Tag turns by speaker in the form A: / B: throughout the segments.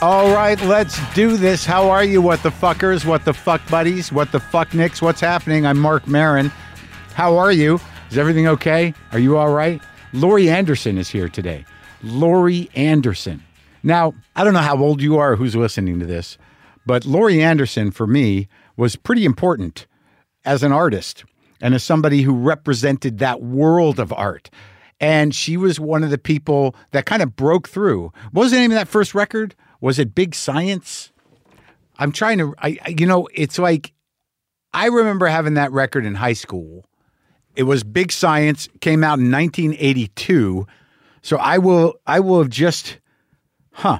A: All right, let's do this. How are you, what the fuckers, what the fuck buddies, what the fuck nicks? What's happening? I'm Mark Marin. How are you? Is everything okay? Are you all right? Lori Anderson is here today. Lori Anderson. Now, I don't know how old you are, or who's listening to this, but Lori Anderson for me was pretty important as an artist and as somebody who represented that world of art. And she was one of the people that kind of broke through. What was the name of that first record? Was it Big Science? I'm trying to, I, I- you know, it's like I remember having that record in high school. It was Big Science, came out in 1982. So I will, I will have just, huh,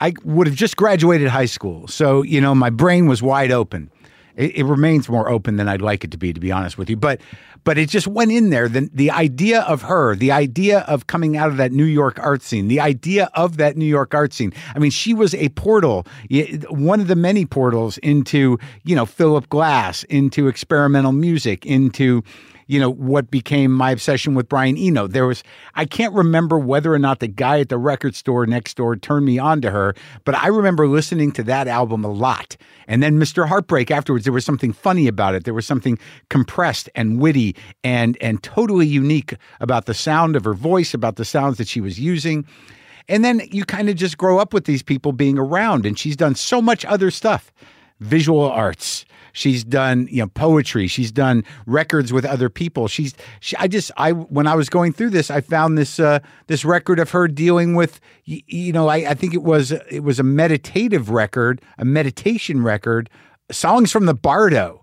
A: I would have just graduated high school. So, you know, my brain was wide open. It, it remains more open than I'd like it to be, to be honest with you. But, but it just went in there. The, the idea of her, the idea of coming out of that New York art scene, the idea of that New York art scene. I mean, she was a portal, y- one of the many portals into, you know, Philip Glass, into experimental music, into, you know what became my obsession with Brian Eno. There was I can't remember whether or not the guy at the record store next door turned me on to her, but I remember listening to that album a lot. And then Mr. Heartbreak afterwards there was something funny about it. There was something compressed and witty and and totally unique about the sound of her voice, about the sounds that she was using. And then you kind of just grow up with these people being around. And she's done so much other stuff visual arts. She's done, you know, poetry. She's done records with other people. She's, she, I just, I, when I was going through this, I found this, uh, this record of her dealing with, y- you know, I, I think it was, it was a meditative record, a meditation record, songs from the Bardo.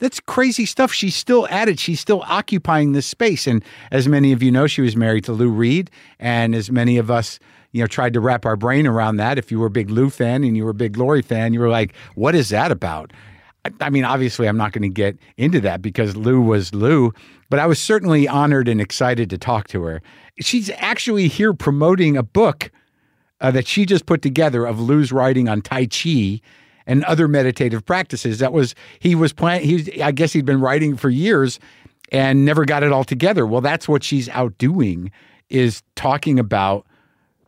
A: That's crazy stuff. She's still at it. She's still occupying this space. And as many of you know, she was married to Lou Reed. And as many of us, you know, tried to wrap our brain around that. If you were a big Lou fan and you were a big Lori fan, you were like, what is that about? I- I mean, obviously, I'm not going to get into that because Lou was Lou, but I was certainly honored and excited to talk to her. She's actually here promoting a book uh, that she just put together of Lou's writing on Tai Chi and other meditative practices. That was he was plan. He was, I guess he'd been writing for years and never got it all together. Well, that's what she's out doing is talking about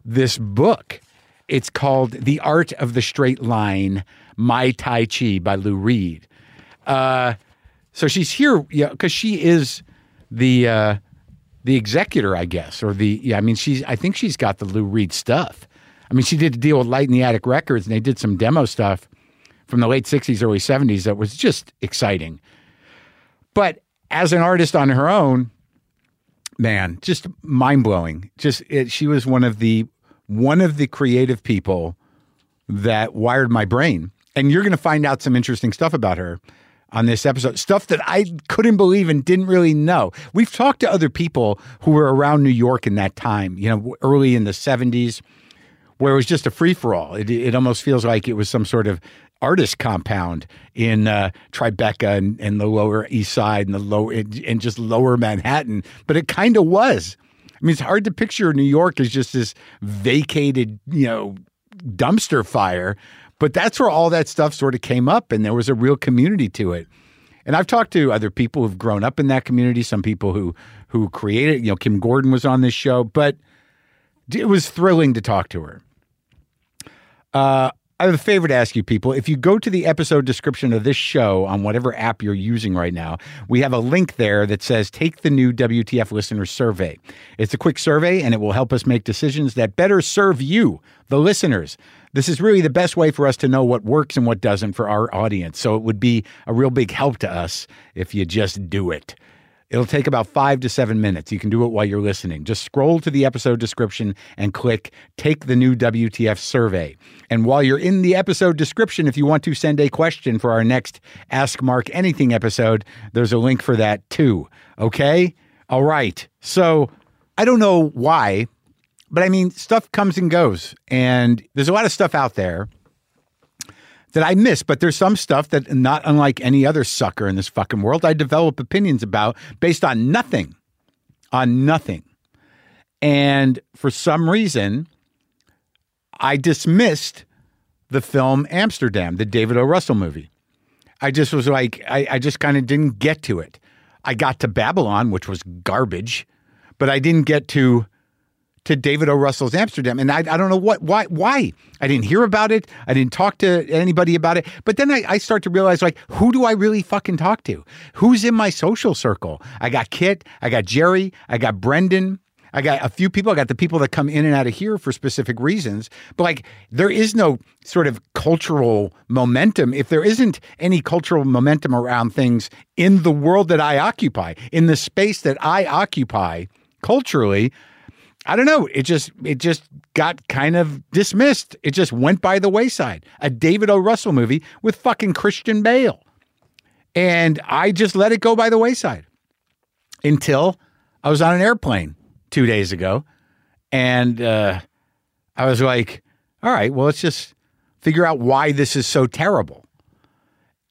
A: this book. It's called The Art of the Straight Line: My Tai Chi by Lou Reed. Uh, so she's here because she is the uh, the executor, I guess, or the yeah. I mean, she's I think she's got the Lou Reed stuff. I mean, she did a deal with Light in the Attic Records, and they did some demo stuff from the late '60s, early '70s that was just exciting. But as an artist on her own, man, just mind blowing. Just it, she was one of the one of the creative people that wired my brain. And you're going to find out some interesting stuff about her on this episode, stuff that I couldn't believe and didn't really know. We've talked to other people who were around New York in that time, you know, early in the 70s, where it was just a free for all. It, it almost feels like it was some sort of artist compound in uh, Tribeca and, and the Lower East Side and the low and, and just Lower Manhattan, but it kind of was. I mean, it's hard to picture New York as just this vacated, you know, dumpster fire, but that's where all that stuff sort of came up, and there was a real community to it. And I've talked to other people who've grown up in that community, some people who who created, you know, Kim Gordon was on this show, but it was thrilling to talk to her. I have a favor to ask you people. If you go to the episode description of this show on whatever app you're using right now, we have a link there that says take the new WTF listener survey. It's a quick survey and it will help us make decisions that better serve you, the listeners. This is really the best way for us to know what works and what doesn't for our audience. So it would be a real big help to us if you just do it. It'll take about five to seven minutes. You can do it while you're listening. Just scroll to the episode description and click Take the New WTF Survey. And while you're in the episode description, if you want to send a question for our next Ask Mark Anything episode, there's a link for that too. Okay? All right. So I don't know why, but I mean, stuff comes and goes. And there's a lot of stuff out there that I miss, but there's some stuff that, not unlike any other sucker in this fucking world, I develop opinions about based on nothing, on nothing. And for some reason, I dismissed the film Amsterdam, the David O. Russell movie. I just was like, I, I just kind of didn't get to it. I got to Babylon, which was garbage, but I didn't get to to David O. Russell's Amsterdam. And I, I don't know what, why, why. I didn't hear about it. I didn't talk to anybody about it. But then I, I start to realize, like, who do I really fucking talk to? Who's in my social circle? I got Kit, I got Jerry, I got Brendan. I got a few people. I got the people that come in and out of here for specific reasons. But like, there is no sort of cultural momentum. If there isn't any cultural momentum around things in the world that I occupy, in the space that I occupy culturally, I don't know. It just it just got kind of dismissed. It just went by the wayside. A David O. Russell movie with fucking Christian Bale, and I just let it go by the wayside until I was on an airplane two days ago, and uh, I was like, "All right, well, let's just figure out why this is so terrible."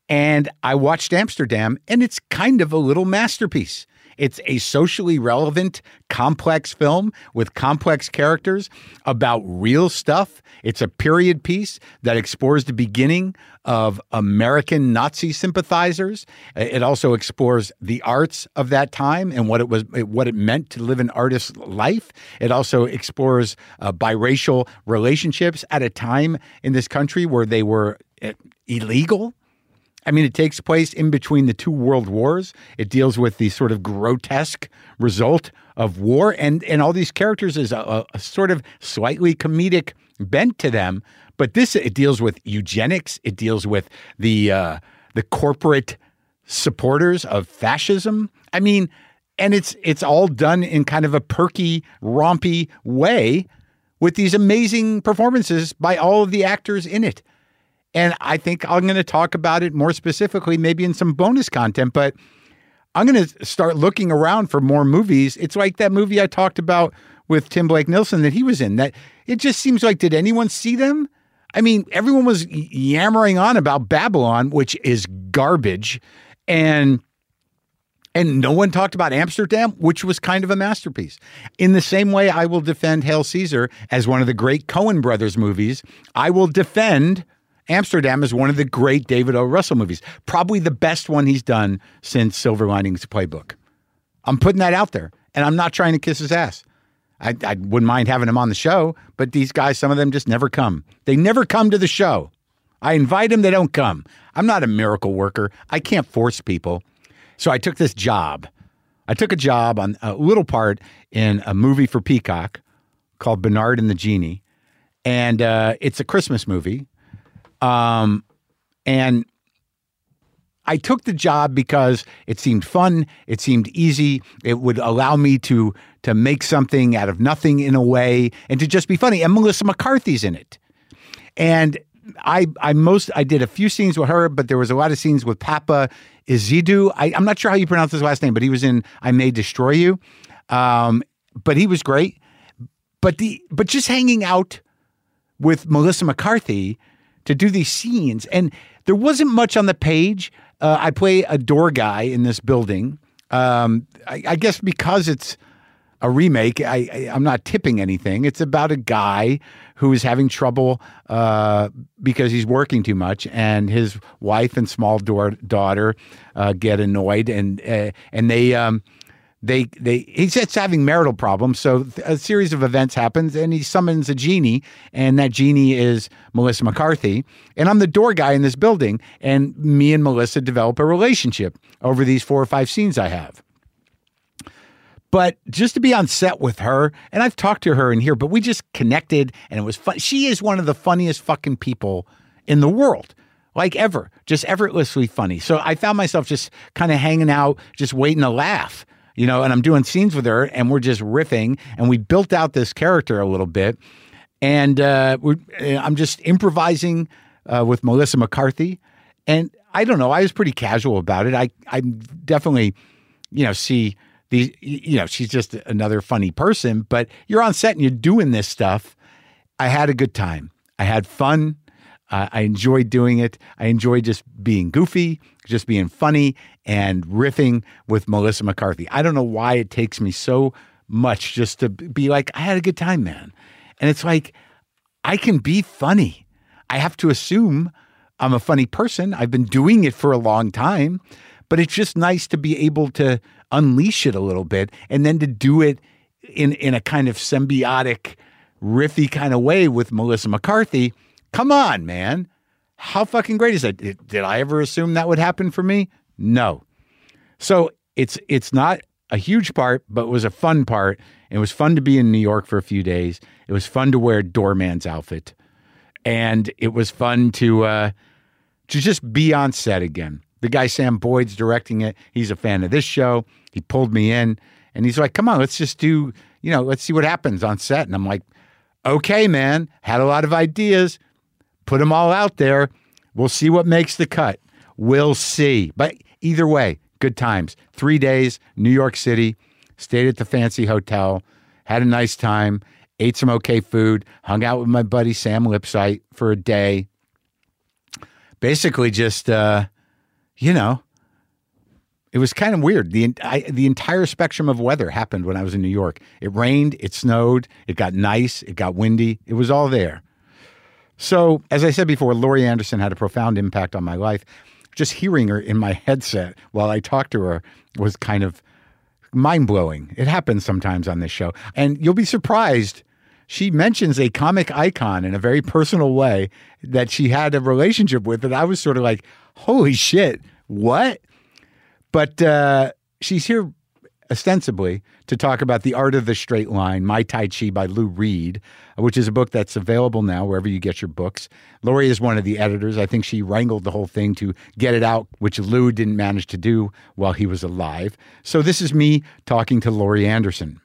A: And I watched Amsterdam, and it's kind of a little masterpiece. It's a socially relevant, complex film with complex characters about real stuff. It's a period piece that explores the beginning of American Nazi sympathizers. It also explores the arts of that time and what it was, what it meant to live an artist's life. It also explores uh, biracial relationships at a time in this country where they were uh, illegal. I mean, it takes place in between the two world wars. It deals with the sort of grotesque result of war, and and all these characters is a, a, a sort of slightly comedic bent to them. But this it deals with eugenics. It deals with the uh, the corporate supporters of fascism. I mean, and it's it's all done in kind of a perky, rompy way, with these amazing performances by all of the actors in it. And I think I'm going to talk about it more specifically, maybe in some bonus content, but I'm going to start looking around for more movies. It's like that movie I talked about with Tim Blake Nelson that he was in, that it just seems like, did anyone see them? I mean, everyone was yammering on about Babylon, which is garbage. And and no one talked about Amsterdam, which was kind of a masterpiece. In the same way, I will defend Hail Caesar as one of the great Cohen brothers movies. I will defend Amsterdam is one of the great David O. Russell movies, probably the best one he's done since Silver Linings Playbook. I'm putting that out there, and I'm not trying to kiss his ass. I, I wouldn't mind having him on the show, but these guys, some of them just never come. They never come to the show. I invite them, they don't come. I'm not a miracle worker. I can't force people. So I took this job. I took a job on a little part in a movie for Peacock called Bernard and the Genie. And uh, it's a Christmas movie. Um, and I took the job because it seemed fun, it seemed easy, it would allow me to to make something out of nothing in a way, and to just be funny. And Melissa McCarthy's in it, and I I most I did a few scenes with her, but there was a lot of scenes with Papa Izidu. I, I'm not sure how you pronounce his last name, but he was in I May Destroy You, um, but he was great. But the but just hanging out with Melissa McCarthy to do these scenes. And there wasn't much on the page. Uh, I play a door guy in this building. Um, I, I guess because it's a remake, I, I, I'm not tipping anything. It's about a guy who is having trouble uh, because he's working too much, and his wife and small door, daughter uh, get annoyed, and uh, and they. Um, they they he starts having marital problems. So th- a series of events happens, and he summons a genie, and that genie is Melissa McCarthy. And I'm the door guy in this building, and me and Melissa develop a relationship over these four or five scenes I have. But just to be on set with her, and I've talked to her in here, but we just connected, and it was fun. She is one of the funniest fucking people in the world like ever, just effortlessly funny. So I found myself just kind of hanging out, just waiting to laugh, you know, and I'm doing scenes with her and we're just riffing and we built out this character a little bit. And uh, we're, and I'm just improvising uh, with Melissa McCarthy. And I don't know, I was pretty casual about it. I, I definitely, you know, see the, you know, she's just another funny person, but you're on set and you're doing this stuff. I had a good time. I had fun. Uh, I enjoy doing it. I enjoy just being goofy, just being funny, and riffing with Melissa McCarthy. I don't know why it takes me so much just to be like, I had a good time, man. And it's like, I can be funny. I have to assume I'm a funny person. I've been doing it for a long time, but it's just nice to be able to unleash it a little bit and then to do it in in a kind of symbiotic, riffy kind of way with Melissa McCarthy. Come on, man. How fucking great is that? Did, did I ever assume that would happen for me? No. So it's it's not a huge part, but it was a fun part. It was fun to be in New York for a few days. It was fun to wear doorman's outfit, and it was fun to uh, to just be on set again. The guy Sam Boyd's directing it. He's a fan of this show. He pulled me in, and he's like, "Come on, let's just do you know, let's see what happens on set." And I'm like, "Okay, man. Had a lot of ideas. Put them all out there. We'll see what makes the cut. We'll see." But either way, good times. Three days, New York City. Stayed at the fancy hotel. Had a nice time. Ate some okay food. Hung out with my buddy Sam Lipsight for a day basically just uh, you know it was kind of weird the I, the entire spectrum of weather happened when i was in new york it rained it snowed it got nice it got windy it was all there so as i said before laurie anderson had a profound impact on my life just hearing her in my headset while i talked to her was kind of mind blowing. It happens sometimes on this show. And you'll be surprised. She mentions a comic icon in a very personal way that she had a relationship with. And I was sort of like, holy shit, what? But uh, she's here ostensibly to talk about The Art of the Straight Line, My Tai Chi by Lou Reed, uh, which is a book that's available now wherever you get your books. Lori is one of the editors. I think she wrangled the whole thing to get it out, which Lou didn't manage to do while he was alive. So this is me talking to Lori Anderson.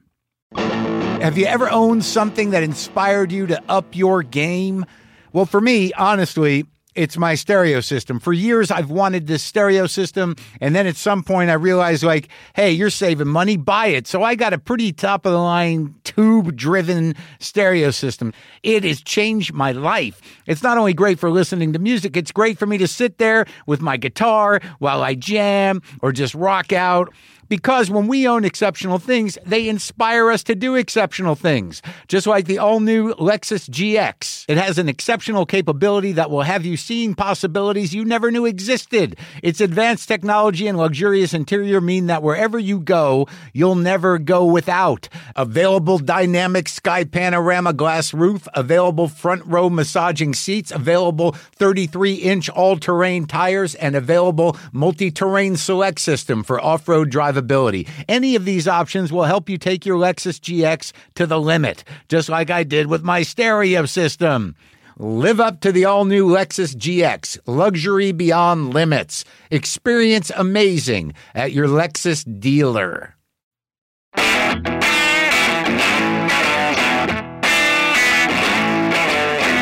A: Have you ever owned something that inspired you to up your game? Well, for me, honestly, it's my stereo system. For years, I've wanted this stereo system. And then at some point, I realized, like, hey, you're saving money, buy it. So I got a pretty top of the line tube driven stereo system. It has changed my life. It's not only great for listening to music, it's great for me to sit there with my guitar while I jam or just rock out. Because when we own exceptional things, they inspire us to do exceptional things. Just like the all new Lexus GX. It has an exceptional capability that will have you seeing possibilities you never knew existed. Its advanced technology and luxurious interior mean that wherever you go, you'll never go without. Available dynamic sky panorama glass roof, available front row massaging seats, available 33 inch all terrain tires, and available multi terrain select system for off road drivability. Any of these options will help you take your Lexus GX to the limit, just like I did with my stereo system. Live up to the all new Lexus GX, luxury beyond limits. Experience amazing at your Lexus dealer.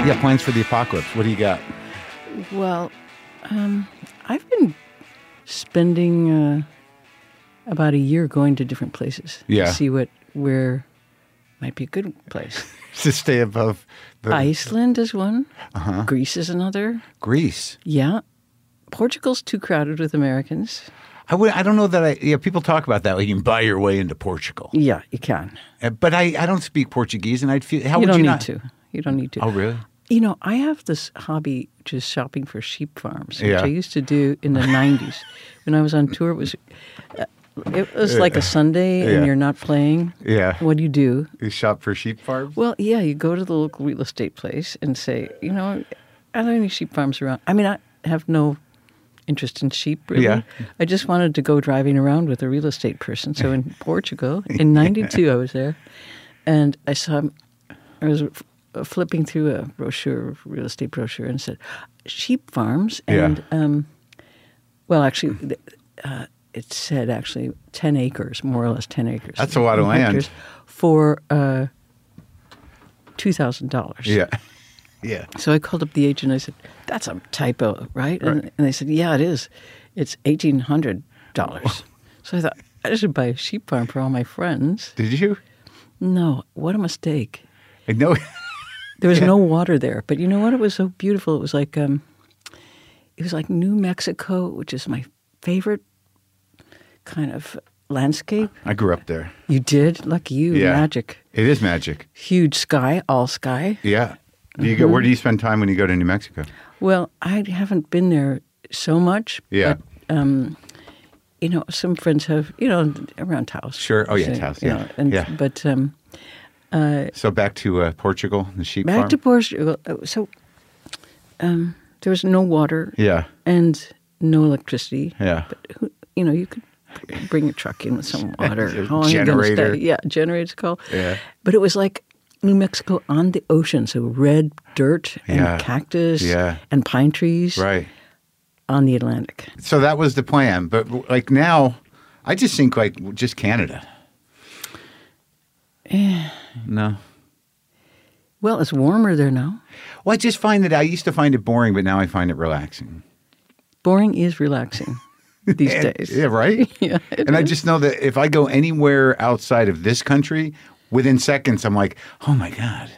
A: Yeah, plans for the apocalypse. What do you got?
B: Well, um, I've been spending uh, about a year going to different places.
A: Yeah.
B: To see what where might be a good place.
A: To stay above the
B: Iceland is one.
A: Uh-huh.
B: Greece is another.
A: Greece.
B: Yeah. Portugal's too crowded with Americans.
A: I would. I don't know that I. Yeah, people talk about that. Like you can buy your way into Portugal,
B: Yeah, you can.
A: Uh, but I. I don't speak Portuguese, and I'd feel. How
B: you
A: would
B: don't
A: you
B: need
A: not?
B: to. You don't need to.
A: Oh, really?
B: You know, I have this hobby just shopping for sheep farms, which
A: Yeah.
B: I used to do in the '90s when I was on tour. It was uh, it was like a Sunday
A: Yeah.
B: and you're not playing.
A: Yeah.
B: What do you do?
A: You shop for sheep farms.
B: Well, yeah, you go to the local real estate place and say, you know, are there any sheep farms around? I mean, I have no interest in sheep, really.
A: Yeah.
B: I just wanted to go driving around with a real estate person. So in Portugal, in 92, I was there and I saw, I was f- uh, flipping through a brochure, real estate brochure, and it said, sheep farms.
A: Yeah.
B: And, um, well, actually, th- uh, it said actually 10 acres, more or less 10 acres.
A: That's a lot of land.
B: Hectares For uh, $2,000.
A: Yeah. Yeah.
B: So I called up the agent. I said, "That's a typo, right?" And, and they said, "Yeah, it is. It's eighteen hundred dollars." So I thought I should buy a sheep farm for all my friends.
A: Did you?
B: No, what a mistake!
A: I know.
B: There was no water there, but you know what? It was so beautiful. It was like um, it was like New Mexico, which is my favorite kind of landscape.
A: I grew up there.
B: You did, lucky you,
A: Yeah.
B: magic,
A: It is magic.
B: huge sky, all sky.
A: Yeah. Do you go? Where do you spend time when you go to New Mexico?
B: Well, I haven't been there so much.
A: Yeah.
B: But, um, you know, some friends have, you know, around house.
A: Sure. Oh, yeah,
B: So,
A: it's house,
B: you
A: yeah.
B: know, and,
A: Yeah.
B: But um,
A: So back to uh, Portugal, the sheep
B: back
A: farm.
B: to Portugal. uh, So um, there was no water
A: yeah,
B: and no electricity.
A: yeah.
B: Who- You know, you could bring a truck in with some water. How long are you gonna stay?
A: Generator.
B: Yeah, generator's call.
A: Yeah.
B: But it was like New Mexico on the ocean. So red dirt and
A: Yeah.
B: cactus
A: Yeah.
B: and pine trees
A: right.
B: on the Atlantic.
A: So that was the plan, but like now, I just think like just Canada.
B: Eh.
A: no.
B: Well, it's warmer there now.
A: Well, I just find that I used to find it boring, but now I find it relaxing.
B: Boring is relaxing these
A: And-
B: days.
A: Yeah, right?
B: Yeah, it
A: and I just know that if I go anywhere outside of this country, within seconds, I'm like, oh my God,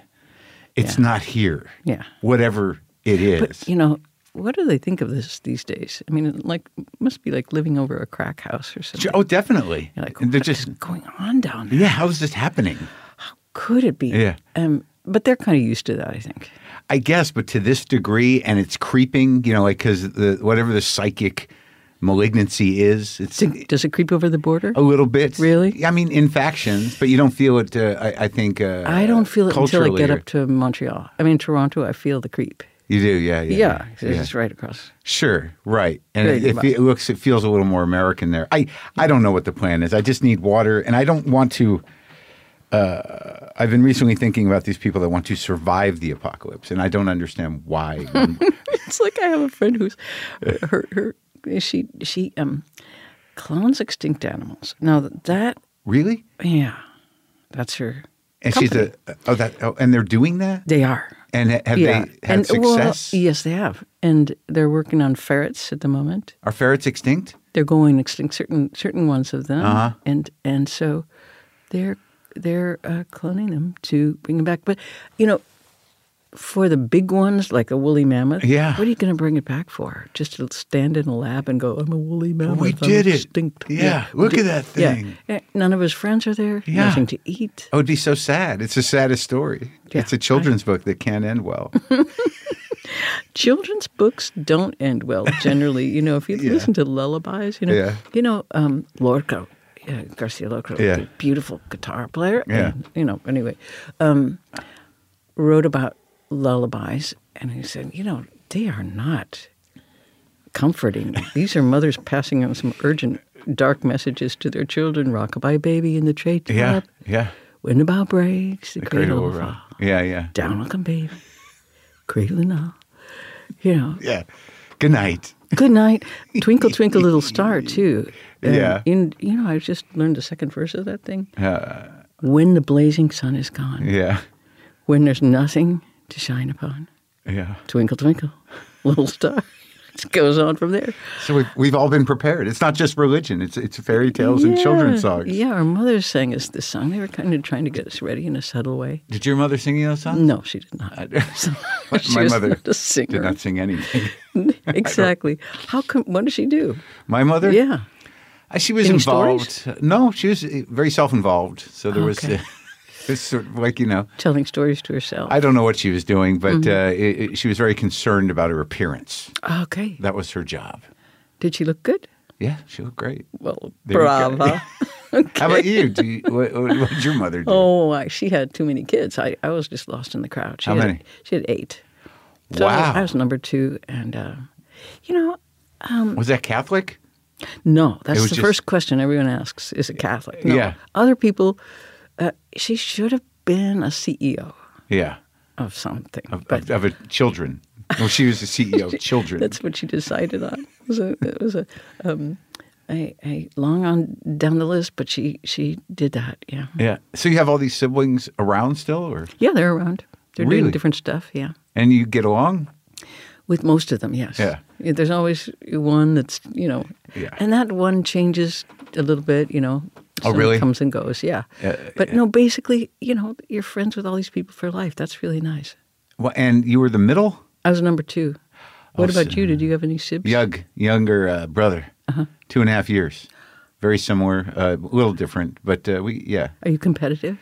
A: it's
B: Yeah.
A: not here.
B: Yeah.
A: Whatever it is.
B: But you know, what do they think of this these days? I mean, it like must be like living over a crack house or something.
A: oh, definitely.
B: You're like,
A: They're
B: what
A: just,
B: is going on down there?
A: yeah, how is this happening?
B: Could it be?
A: Yeah.
B: Um, but they're kind of used to that, I think.
A: I guess, but to this degree, and it's creeping, you know, like, because the, whatever the psychic malignancy is, it's
B: Does it, does it creep over the border?
A: a little bit.
B: Really?
A: I mean, in factions, but you don't feel it, uh, I, I think. Uh,
B: I don't feel it until I
A: culturally
B: get
A: or-
B: up to Montreal. I mean, Toronto, I feel the creep.
A: You do, yeah. Yeah,
B: Yeah, 'cause
A: yeah.
B: it's right across.
A: Sure, right. And
B: Right,
A: it, it,
B: but-
A: it looks, it feels a little more American there. I, I don't know what the plan is. I just need water, and I don't want to. Uh, I've been recently thinking about these people that want to survive the apocalypse, and I don't understand why. one-
B: It's like I have a friend who's her her she she um clones extinct animals. Now that
A: really?
B: yeah, that's her.
A: And
B: company.
A: she's a oh that oh, and they're doing that,
B: They are.
A: and ha- have
B: yeah.
A: they had
B: well,
A: success?
B: yes, they have, and they're working on ferrets at the moment.
A: Are ferrets extinct?
B: They're going extinct certain certain ones of them,
A: Uh-huh.
B: and and so they're they're uh, cloning them to bring them back. But you know, for the big ones like a woolly mammoth,
A: Yeah.
B: what are you going to bring it back for? Just to stand in a lab and go, I'm a woolly mammoth.
A: we
B: I'm
A: did it.
B: extinct."
A: Yeah, look at that thing.
B: Yeah. Eh, None of his friends are there.
A: Yeah.
B: Nothing to eat.
A: Oh, it'd be so sad. It's the saddest story.
B: Yeah,
A: It's a children's book that can't end well.
B: children's books don't end well generally. You know, if you
A: Yeah.
B: listen to lullabies, you know,
A: Yeah.
B: you know, um, Lorca, uh, Garcia Lorca,
A: Yeah.
B: the beautiful guitar player.
A: Yeah.
B: and, you know, anyway, um, wrote about lullabies, and he said, you know, they are not comforting. These are mothers passing on some urgent, dark messages to their children. Rockabye baby in the tray top.
A: yeah, yeah.
B: When the bow breaks, the, cradle, will
A: rock.
B: fall.
A: Yeah, yeah,
B: Down will come baby, cradle and all. You know,
A: yeah. Good night.
B: good night twinkle twinkle little star too And
A: Yeah.
B: in you know i just learned the second verse of that thing when the blazing sun is gone
A: Yeah,
B: when there's nothing to shine upon
A: yeah.
B: twinkle twinkle little star it goes on from there
A: So we've, we've all been prepared. It's not just religion. It's it's fairy tales and children's songs.
B: yeah our mothers sang us this song they were kind of trying to get us ready in a subtle way
A: Did your mother sing you those songs?
B: no she did not she
A: My
B: was
A: mother
B: not a singer
A: Did not sing anything.
B: exactly how come what did she do
A: My mother?
B: yeah
A: Uh, She was
B: Any
A: involved.
B: stories?
A: No, she was uh, very self-involved. So there was
B: Okay.
A: uh, it's sort of like you know,
B: telling stories to herself
A: I don't know what she was doing, but
B: Mm-hmm.
A: uh, it, it- she was very concerned about her appearance.
B: okay
A: That was her job.
B: did she look good
A: Yeah, she looked great.
B: Well,
A: There you go.
B: brava.
A: How about you? Do you what, what what did your mother do?
B: oh, I, she had too many kids. I, I was just lost in the crowd. She
A: How
B: had,
A: many?
B: She had eight. So I was-
A: Wow.
B: I was number two, and uh, you know,
A: was that Catholic?
B: no, that's
A: was
B: the
A: just-
B: first question everyone asks: Is a Catholic? No.
A: Yeah.
B: Other people, uh, she should have been a CEO
A: Yeah,
B: of something,
A: of,
B: but
A: of, of a children. Well, she was the CEO of children.
B: that's what she decided on. It was a, it was a, um, a, a long on down the list, but she she did that. Yeah.
A: Yeah. So you have all these siblings around still, or
B: Yeah, they're around. They're
A: Really?
B: doing different stuff. Yeah.
A: and you get along?
B: With most of them, yes.
A: Yeah.
B: There's always one that's you know,
A: Yeah.
B: and that one changes a little bit, you know.
A: Oh,
B: some
A: really?
B: Comes and goes, yeah.
A: Yeah,
B: but no, basically, you know, you're friends with all these people for life. That's really nice.
A: Well, and you were the middle,
B: I was number two. What
A: Oh,
B: about
A: so-
B: you? Did you have any sibs?
A: young, younger uh, brother,
B: Uh-huh.
A: two and a half years, very similar, uh, a little different, but uh, we yeah.
B: Are you competitive?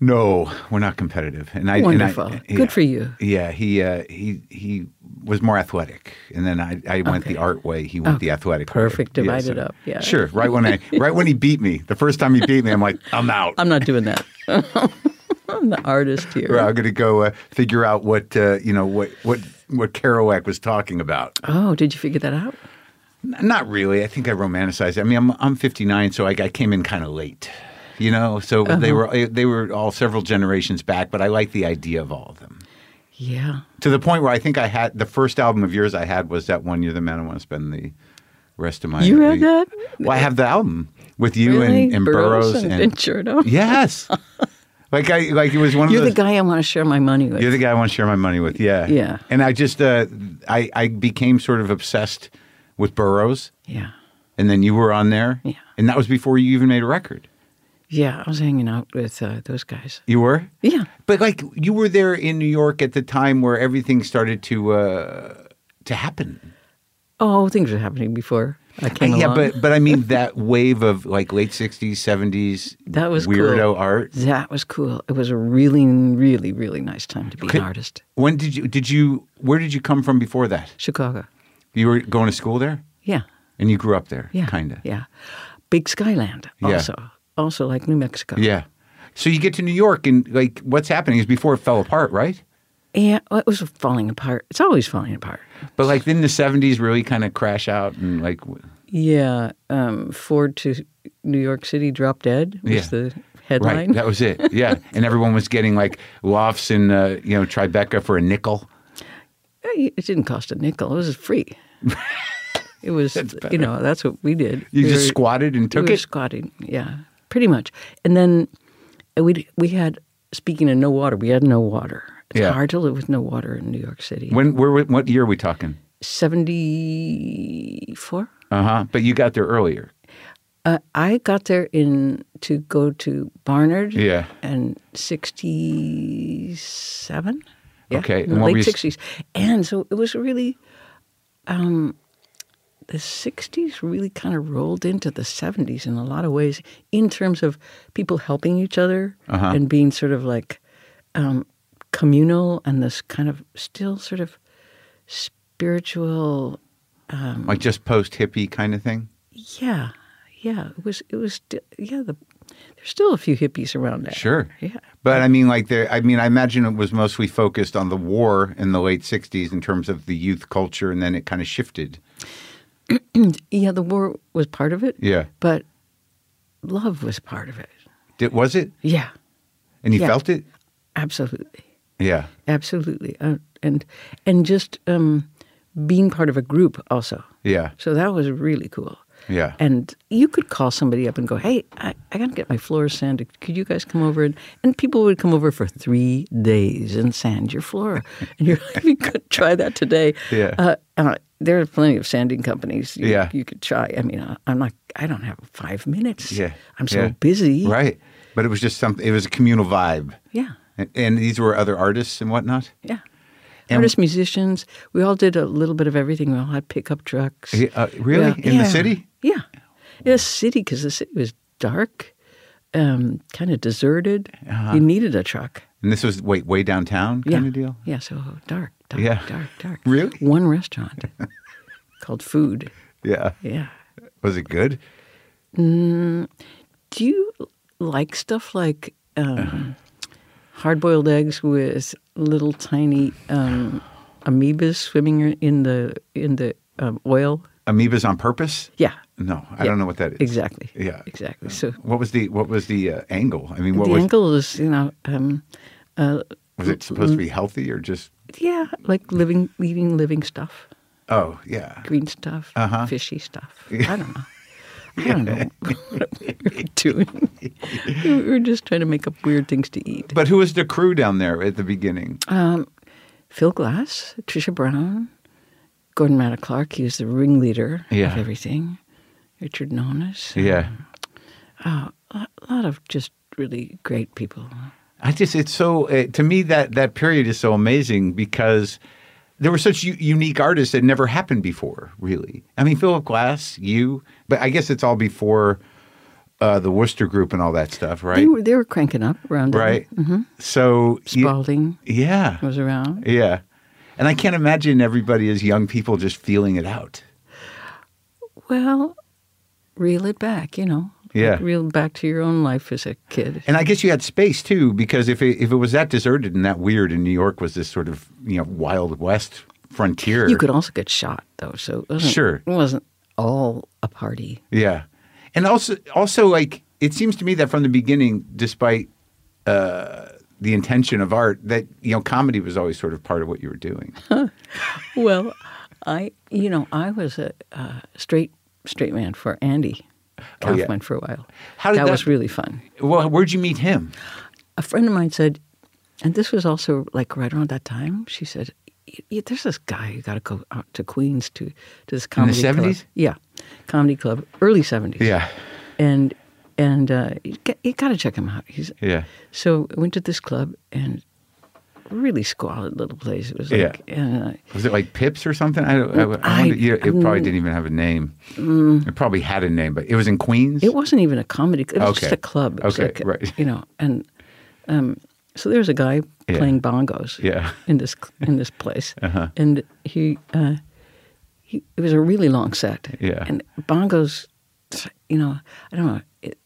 A: No, we're not competitive. And I and I-
B: Wonderful.
A: yeah.
B: Good for you.
A: Yeah, he uh, he he was more athletic, and then I, I went the art way. He went the athletic.
B: Perfect.
A: way.
B: Divided up. Yeah.
A: Sure. Right when I right when he beat me, the first time he beat me, I'm like, I'm out.
B: I'm not doing that. I'm the artist here.
A: Right, I'm going to go uh, figure out what uh, you know what what what Kerouac was talking about.
B: Oh, did you figure that out?
A: N- Not really. I think I romanticized. it. I mean, I'm I'm 59, so I, I came in kind of late. You know, so they
B: Uh-huh.
A: were they were all several generations back, but I like the idea of all of them.
B: Yeah.
A: to the point where I think I had the first album of yours I had was that one "You're the Man I Want to Spend the Rest of My."
B: You had that?
A: Well, I have the album with you
B: Really?
A: and, and
B: Burroughs
A: Burroughs
B: and- and Chernow?
A: Yes, like I like it was one
B: You're
A: of
B: the
A: those.
B: guy I want to share my money with.
A: You're the guy I want to share my money with. Yeah,
B: Yeah.
A: And I just uh, I I became sort of obsessed with Burroughs,
B: yeah.
A: and then you were on there.
B: Yeah.
A: and that was before you even made a record.
B: Yeah. I was hanging out with uh, those guys.
A: You were.
B: Yeah.
A: But like you were there in New York at the time where everything started to uh, to happen.
B: Oh, things were happening before I came
A: yeah,
B: along.
A: but but I mean that wave of like late '60s, '70s
B: That was
A: weirdo
B: cool.
A: art.
B: that was cool. It was a really, really, really nice time to be
A: Could-
B: an artist.
A: When did you did you where did you come from before that?
B: Chicago.
A: You were going to school there,
B: Yeah.
A: and you grew up there,
B: Yeah.
A: kinda.
B: Yeah. Big Skyland
A: Yeah.
B: also. Also like New Mexico.
A: Yeah. So you get to New York, and like what's happening is before it fell apart, right?
B: Yeah. Well, it was falling apart. It's always falling apart.
A: But like then the '70s really kind of crash out, and like w-
B: Yeah. Um, Ford to New York City Drop Dead was
A: Yeah.
B: the
A: right,
B: headline.
A: that was it. Yeah, and everyone was getting like lofts in uh, you know Tribeca for a nickel.
B: Eh, It didn't cost a nickel. It was free. it was, you know, that's what we did.
A: You
B: We
A: just
B: were-
A: squatted and took
B: we were
A: it.
B: squatting, yeah, pretty much. And then we we had speaking of no water, we had no water. It's
A: Yeah.
B: hard to live with no water in New York City.
A: When where what year are we talking?
B: Seventy four.
A: Uh huh. But you got there earlier.
B: Uh, I got there in to go to Barnard.
A: Yeah.
B: And sixty seven.
A: Okay,
B: In
A: and
B: the
A: what were you
B: late
A: s-
B: sixties, and so it was really. Um, the 60s really kind of rolled into the 70s in a lot of ways in terms of people helping each other
A: Uh-huh.
B: and being sort of like um, communal and this kind of still sort of spiritual
A: like just post hippie kind of thing.
B: Yeah, yeah. It was. It was. sti- Yeah. The, there's still a few hippies around there.
A: Sure.
B: Yeah.
A: But I mean, like there. I mean, I imagine it was mostly focused on the war in the late '60s in terms of the youth culture, and then it kind of shifted.
B: Yeah. The war was part of it.
A: Yeah.
B: But love was part of it.
A: Did, was it?
B: Yeah.
A: And you
B: Yeah.
A: felt it?
B: Absolutely.
A: Yeah.
B: Absolutely. Uh, and and just um, being part of a group also.
A: Yeah.
B: So that was really cool.
A: Yeah.
B: And you could call somebody up and go, "Hey, I, I got to get my floor sanded. Could you guys come over?" And, and people would come over for three days and sand your floor. And you're like, "You could try that today."
A: Yeah.
B: Uh, uh, there are plenty of sanding companies. You,
A: Yeah.
B: You could try. I mean, I, I'm not. I don't have five minutes.
A: Yeah.
B: I'm so
A: Yeah.
B: busy.
A: Right. But it was just something. It was a communal vibe,
B: Yeah.
A: and, and these were other artists and whatnot.
B: Yeah.
A: And-
B: Artists, musicians, we all did a little bit of everything. We all had pickup trucks.
A: Yeah, uh, really?
B: Yeah.
A: In
B: Yeah.
A: the city?
B: Yeah. In the city, because the city was dark, um, kind of deserted. You needed a truck.
A: And this was wait way downtown
B: Yeah.
A: kind of Uh-huh. deal.
B: Yeah, so dark, dark,
A: Yeah.
B: dark, dark.
A: Really?
B: One restaurant called Food.
A: Yeah.
B: Yeah.
A: Was it good?
B: Do you like stuff like
A: Uh-huh.
B: um, hard boiled eggs with little tiny um, amoebas swimming in the, in the um, oil?
A: Amoebas on purpose?
B: Yeah.
A: No, I
B: Yeah.
A: don't know what that is.
B: Exactly.
A: Yeah.
B: Exactly. So
A: What was the what was the uh, angle? I mean, what
B: the
A: was
B: ankle is, you know, um, uh,
A: was it supposed to be healthy or just
B: yeah, like living, eating living stuff,
A: oh yeah
B: green stuff,
A: Uh-huh.
B: fishy stuff. I don't know. I don't know what we were doing. we were just trying to make up weird things to eat.
A: but who was the crew down there at the beginning
B: Um, Phil Glass, Trisha Brown, Gordon Matta Clark, he was the ringleader
A: Yeah.
B: of everything. Richard Nonis.
A: yeah
B: A lot of just really great people.
A: i just it's so uh, to me that that period is so amazing because there were such u- unique artists that never happened before really i mean philip glass you but i guess it's all before uh, the Worcester Group and all that stuff, right?
B: They were they were cranking up around then.
A: right. So you-
B: Spalding
A: yeah,
B: was around.
A: yeah, and I can't imagine everybody as young people just feeling it out.
B: Well, reel it back, you know.
A: Yeah.
B: Like, reel back to your own life as a kid.
A: And I guess you had space too, because if it, if it was that deserted and that weird, and New York was this sort of you know wild west frontier,
B: you could also get shot though, so it wasn't,
A: Sure.
B: it wasn't all a party.
A: Yeah, and also also like it seems to me that from the beginning, despite uh, the intention of art, that you know comedy was always sort of part of what you were doing.
B: Well, I you know I was a uh, straight straight man for Andy
A: Oh, yeah.
B: Kaufman for a while.
A: How did that-
B: was really fun.
A: well, where'd you meet him?
B: A friend of mine said, and this was also like right around that time. She said, "Y- y- "There's this guy you got to go out to Queens to to this comedy club."
A: 70s?
B: Yeah, comedy club, early '70s.
A: Yeah,
B: and and uh, you, got, you got to check him out. He's
A: yeah,
B: so I went to this club and really squalid little place. It was like and. Uh,
A: was it like Pips or something? I, don't- I, I
B: Mm, I- Mm.
A: wonder, you it probably didn't even have a name. it probably had a name, but it was in Queens.
B: It wasn't even a comedy. It was just
A: Okay.
B: a club. It was
A: Okay,
B: like,
A: right.
B: You know, and um, so there was a guy
A: Yeah.
B: playing bongos.
A: Yeah. Uh-huh.
B: In this in this place, and he, uh, he it was a really long set.
A: Yeah.
B: And bongos, you know, I don't know. It,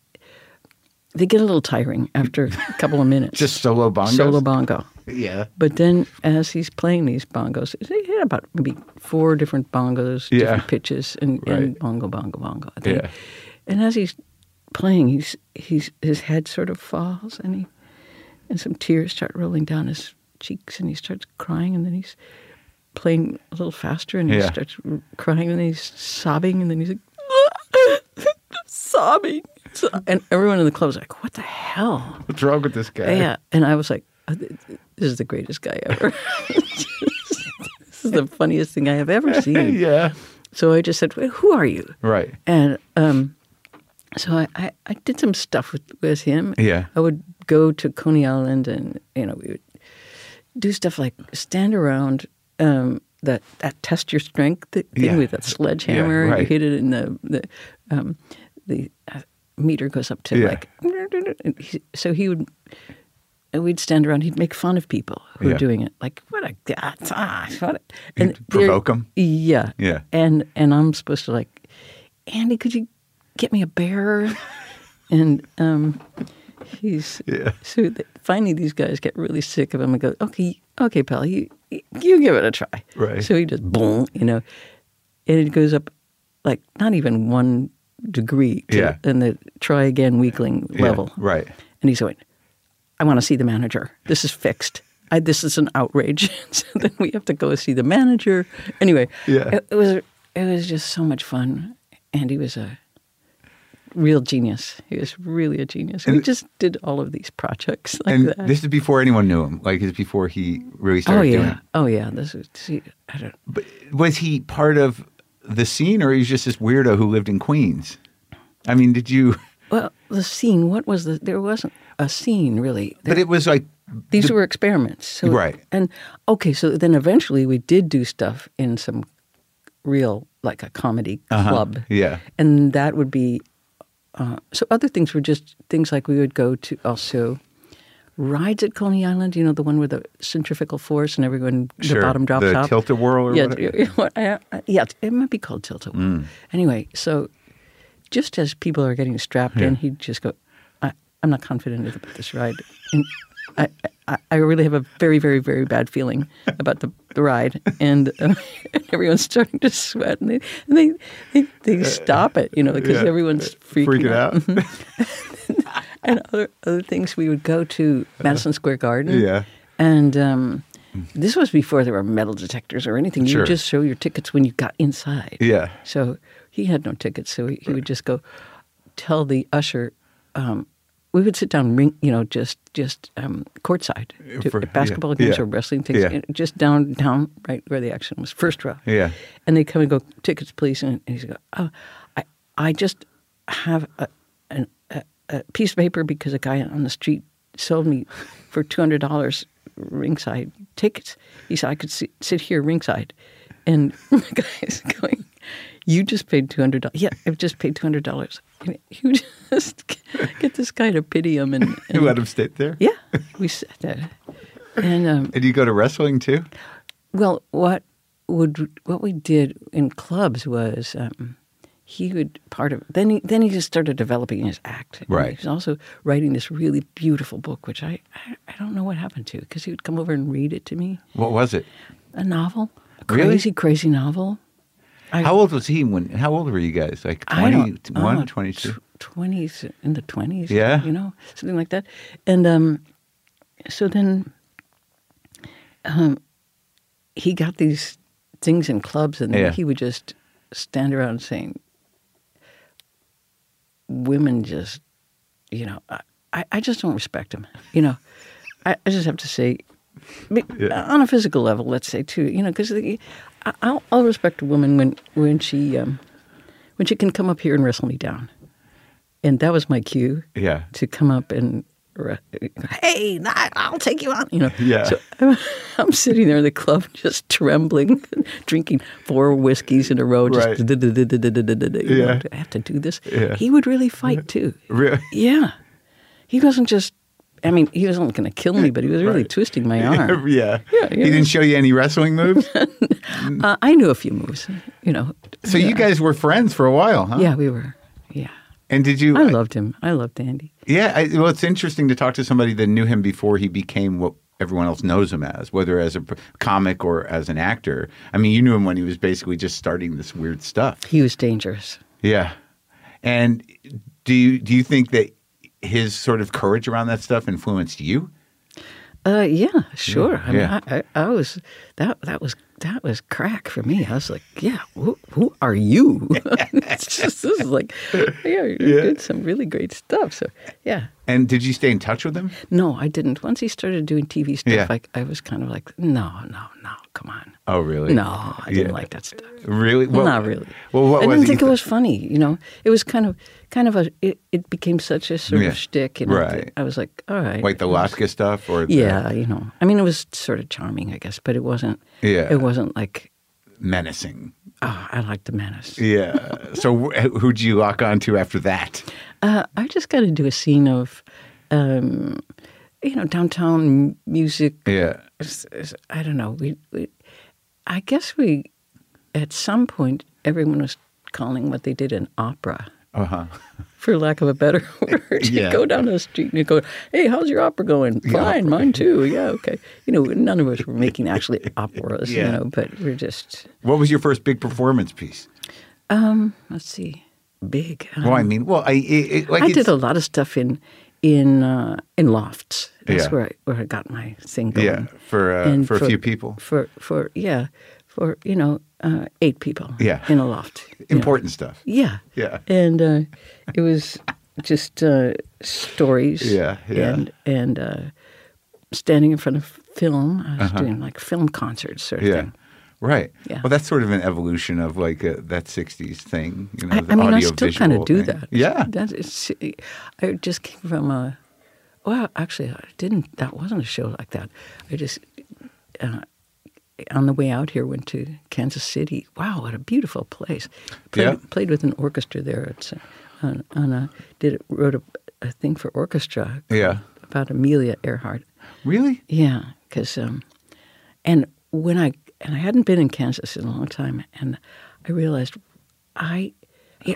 B: they get a little tiring after a couple of minutes.
A: just solo bongos.
B: solo bongo.
A: Yeah.
B: But then, as he's playing these bongos, he had about maybe four different bongos,
A: Yeah.
B: different pitches, and,
A: Right.
B: and bongo, bongo, bongo. I think.
A: Yeah.
B: And as he's playing, he's he's his head sort of falls, and he and some tears start rolling down his cheeks, and he starts crying, and then he's playing a little faster, and he
A: Yeah.
B: starts r- crying, and then he's sobbing, and then he's like sobbing, So- and everyone in the club was like, "What the hell?"
A: What's wrong with this guy?
B: Yeah, and I was like, "Oh, th- th- "This is the greatest guy ever. this is the funniest thing I have ever seen."
A: yeah.
B: So I just said, well, "Who are you?"
A: Right.
B: And um, so I, I, I did some stuff with, with him.
A: Yeah.
B: I would go to Coney Island, and you know, we would do stuff like stand around um, that that test your strength thing
A: Yeah.
B: with that sledgehammer.
A: right.
B: You hit it, and the the um, the uh, meter goes up to
A: Yeah.
B: like. and he- So he would. And we'd stand around. He'd make fun of people who
A: Yeah.
B: were doing it. Like, what a ah, what a,
A: You'd
B: they're-
A: provoke 'em?
B: Yeah,
A: Yeah.
B: and and I'm supposed to like, Andy, could you get me a bear? and um, he's
A: Yeah.
B: so th- finally these guys get really sick of him and go, okay, okay, pal, you you give it a try.
A: Right.
B: So he just boom, you know, and it goes up like not even one degree. To,
A: Yeah.
B: And the try again weakling
A: Yeah.
B: level.
A: Right.
B: And he's going, I want to see the manager. This is fixed. I, this is an outrage. so then we have to go see the manager. Anyway,
A: Yeah.
B: it, it was it was just so much fun. And he was a real genius. He was really a genius. we just did all of these projects like
A: and
B: that.
A: this is before anyone knew him. Like, it's before he really started
B: uh, oh yeah,
A: doing it.
B: oh yeah. This is see, I don't.
A: But was he part of the scene, or he was just this weirdo who lived in Queens? I mean, did you?
B: Well, the scene. What was the? There wasn't a scene really.
A: But it was like,
B: These were experiments. So,
A: Right.
B: And okay, so then eventually we did do stuff in some real, like a comedy club.
A: Uh-huh. yeah,
B: And that would be, uh, so other things were just things like we would go to also rides at Coney Island, you know, the one with the centrifugal force and everyone,
A: Sure.
B: the bottom drops
A: The
B: out.
A: tilt-a-whirl or
B: yeah,
A: whatever? Mm.
B: you know what, I- I- yeah, it might be called tilt-a-whirl. Anyway, so just as people are getting strapped in, he'd just go, I, I'm not confident about this ride. And I, I, I really have a very, very, very bad feeling about the, the ride. And uh, everyone's starting to sweat. And they, and they, they, they stop it, you know, because
A: Uh, Yeah.
B: everyone's freaking,
A: freaking
B: out. Mm-hmm.
A: out.
B: And other, other things, we would go to Madison Square Garden.
A: Uh-huh. yeah. Mm.
B: And um, this was before there were metal detectors or anything. You
A: Sure.
B: would just show your tickets when you got inside.
A: yeah,
B: So he had no tickets, so he, he would just go tell the usher. Um, we would sit down, ring, you know, just just um, courtside to
A: Uh, For-
B: basketball
A: yeah,
B: games
A: yeah,
B: or wrestling things,
A: yeah.
B: you know, just down down right where the action was, first row.
A: Yeah.
B: and they come and go, tickets, please, and, and he's go, oh, I I just have a, an, a a piece of paper because a guy on the street sold me for two hundred dollars ringside tickets. He said I could sit, sit here ringside, and the guy is going, "You just paid two hundred dollars." Yeah, I've just paid two hundred dollars. And he just kind of pity him and,
A: You
B: and
A: let him sit there?
B: yeah, we said that. And um,
A: And you go to wrestling too?
B: well, what would what we did in clubs was um, he would part of then he then he just started developing his act. And
A: Right.
B: He was also writing this really beautiful book, which I I, I don't know what happened to because he would come over and read it to me.
A: What was it?
B: A novel, a
A: Really?
B: crazy crazy novel. I-
A: How old was he when? How old were you guys? Like
B: I don't-
A: 21,
B: oh,
A: 22?
B: tw- 20s, in the 20s.
A: Yeah.
B: You know, something like that. And um, so then um, he got these things in clubs, and
A: Yeah.
B: he would just stand around saying, Women just, you know, I- I, I just don't respect them. You know, I, I just have to say, be-
A: Yeah.
B: on a physical level, let's say too, you know, because I'll, I'll respect a woman when when she um, when she can come up here and wrestle me down, and that was my cue
A: Yeah.
B: to come up and re- hey, nah, I'll take you on, you know.
A: Yeah.
B: So I'm, I'm sitting there in the club, just trembling, drinking four whiskeys in a row. Just
A: Right.
B: "Du-du-du-du-du-du-du-du," you know,
A: Yeah.
B: "Do I have to do this.
A: Yeah.
B: He would really fight too.
A: Really?
B: Yeah. He wasn't just, I mean, he wasn't going to kill me, but he was really twisting my arm.
A: yeah.
B: Yeah,
A: He
B: yeah.
A: didn't show you any wrestling moves?
B: Uh, I knew a few moves, you know.
A: so you guys were friends for a while, huh?
B: Yeah, we were. Yeah.
A: And did you?
B: I loved him. I loved Andy.
A: Yeah, I, well, it's interesting to talk to somebody that knew him before he became what everyone else knows him as, whether as a p- comic or as an actor. I mean, you knew him when he was basically just starting this weird stuff.
B: He was dangerous.
A: Yeah, and do you do you think that his sort of courage around that stuff influenced you?
B: Uh, yeah, sure. I mean,
A: yeah.
B: I, I, I was that that was that was crack for me. I was like, yeah, who, who are you? it's just, this is like, yeah, you did some really great stuff. So yeah,
A: And did you stay in touch with him?
B: no, I didn't. Once he started doing TV stuff,
A: Yeah.
B: like I was kind of like, no, no, no, come on,
A: Oh, really?
B: no, I didn't
A: Yeah.
B: like that stuff.
A: Really? Well,
B: Well, not really.
A: Well, what
B: I
A: was
B: didn't
A: it
B: think
A: you
B: it
A: thought?
B: was funny. You know, it was kind of kind of a. It, it became such a sort
A: Yeah.
B: of shtick, and I
A: Right.
B: did- I was like, all right,
A: Like the Latka stuff, or the
B: yeah, you know. I mean, it was sort of charming, I guess, but it wasn't.
A: Yeah.
B: It wasn't like,
A: menacing.
B: oh, I like the menace.
A: Yeah. so wh- who'd you lock onto after that?
B: Uh, I just got to do a scene of, um, you know, downtown music.
A: Yeah.
B: It's- it's- I don't know. We, we, I guess we, at some point, everyone was calling what they did an opera.
A: Uh huh.
B: For lack of a better word, you
A: Yeah.
B: go down the street and you go, "Hey, how's your opera going? Fine, mine too. Yeah, okay." You know, none of us were making actually operas,
A: Yeah.
B: you know, but we're just
A: What was your first big performance piece?
B: let's see, big.
A: Well, I mean, well, I it, it- like
B: Um, I
A: it's-
B: did a lot of stuff in in uh, in lofts. That's
A: Yeah.
B: where I where I got my thing going.
A: yeah for uh,
B: And
A: for a few people.
B: For for yeah, for you know uh, eight people.
A: Yeah.
B: in a loft. you know.
A: Important stuff.
B: Yeah.
A: Yeah.
B: And uh, it was just uh, stories.
A: Yeah, yeah.
B: And and uh, standing in front of film. I was doing like film concerts sort of
A: Uh-huh. Yeah,
B: thing.
A: right.
B: Yeah.
A: Well, that's sort of an evolution of like uh that '60s thing. You know,
B: I,
A: the
B: I mean, I
A: audio-visual
B: still kind of do
A: thing.
B: that.
A: Yeah.
B: That is, I just came from a. Well, actually, I didn't. That wasn't a show like that. I just, uh, on the way out here, went to Kansas City. Wow, what a beautiful place! Played,
A: Yeah.
B: played with an orchestra there. It's uh, on, on a did wrote a, a thing for orchestra.
A: Yeah.
B: About Amelia Earhart.
A: Really?
B: Yeah, because um, and when I and I hadn't been in Kansas in a long time, and I realized I, yeah,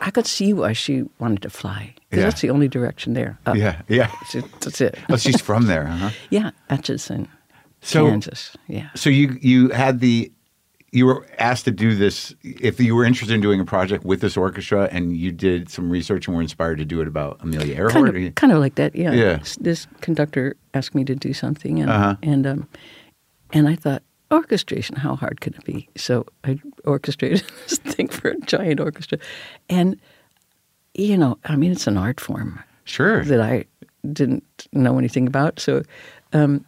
B: I could see why she wanted to fly. 'Cause
A: Yeah.
B: That's the only direction there. up.
A: Yeah, yeah.
B: That's it. That's it.
A: Oh, she's from there, huh?
B: yeah, Atchison,
A: So-
B: Kansas. Yeah.
A: So you you had the you were asked to do this if you were interested in doing a project with this orchestra, and you did some research and were inspired to do it about Amelia Earhart.
B: kind
A: or you-
B: of, kind of like that. Yeah.
A: Yeah.
B: S- This conductor asked me to do something, and
A: Uh-huh.
B: and um, and I thought orchestration, how hard could it be? So I orchestrated this thing for a giant orchestra, and you know, I mean, it's an art form
A: sure.
B: that I didn't know anything about. So um,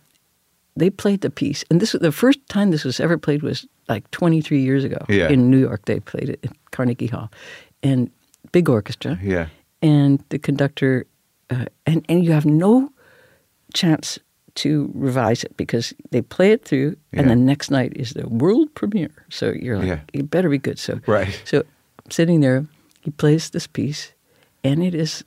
B: they played the piece, and this was the first time this was ever played was like 23 years ago
A: Yeah.
B: in New York. They played it at Carnegie Hall, and big orchestra
A: yeah.
B: and the conductor, uh, and and you have no chance to revise it because they play it through, and
A: Yeah.
B: the next night is the world premiere. So you're like,
A: Yeah.
B: you better be good. So
A: Right.
B: So sitting there, he plays this piece, and it is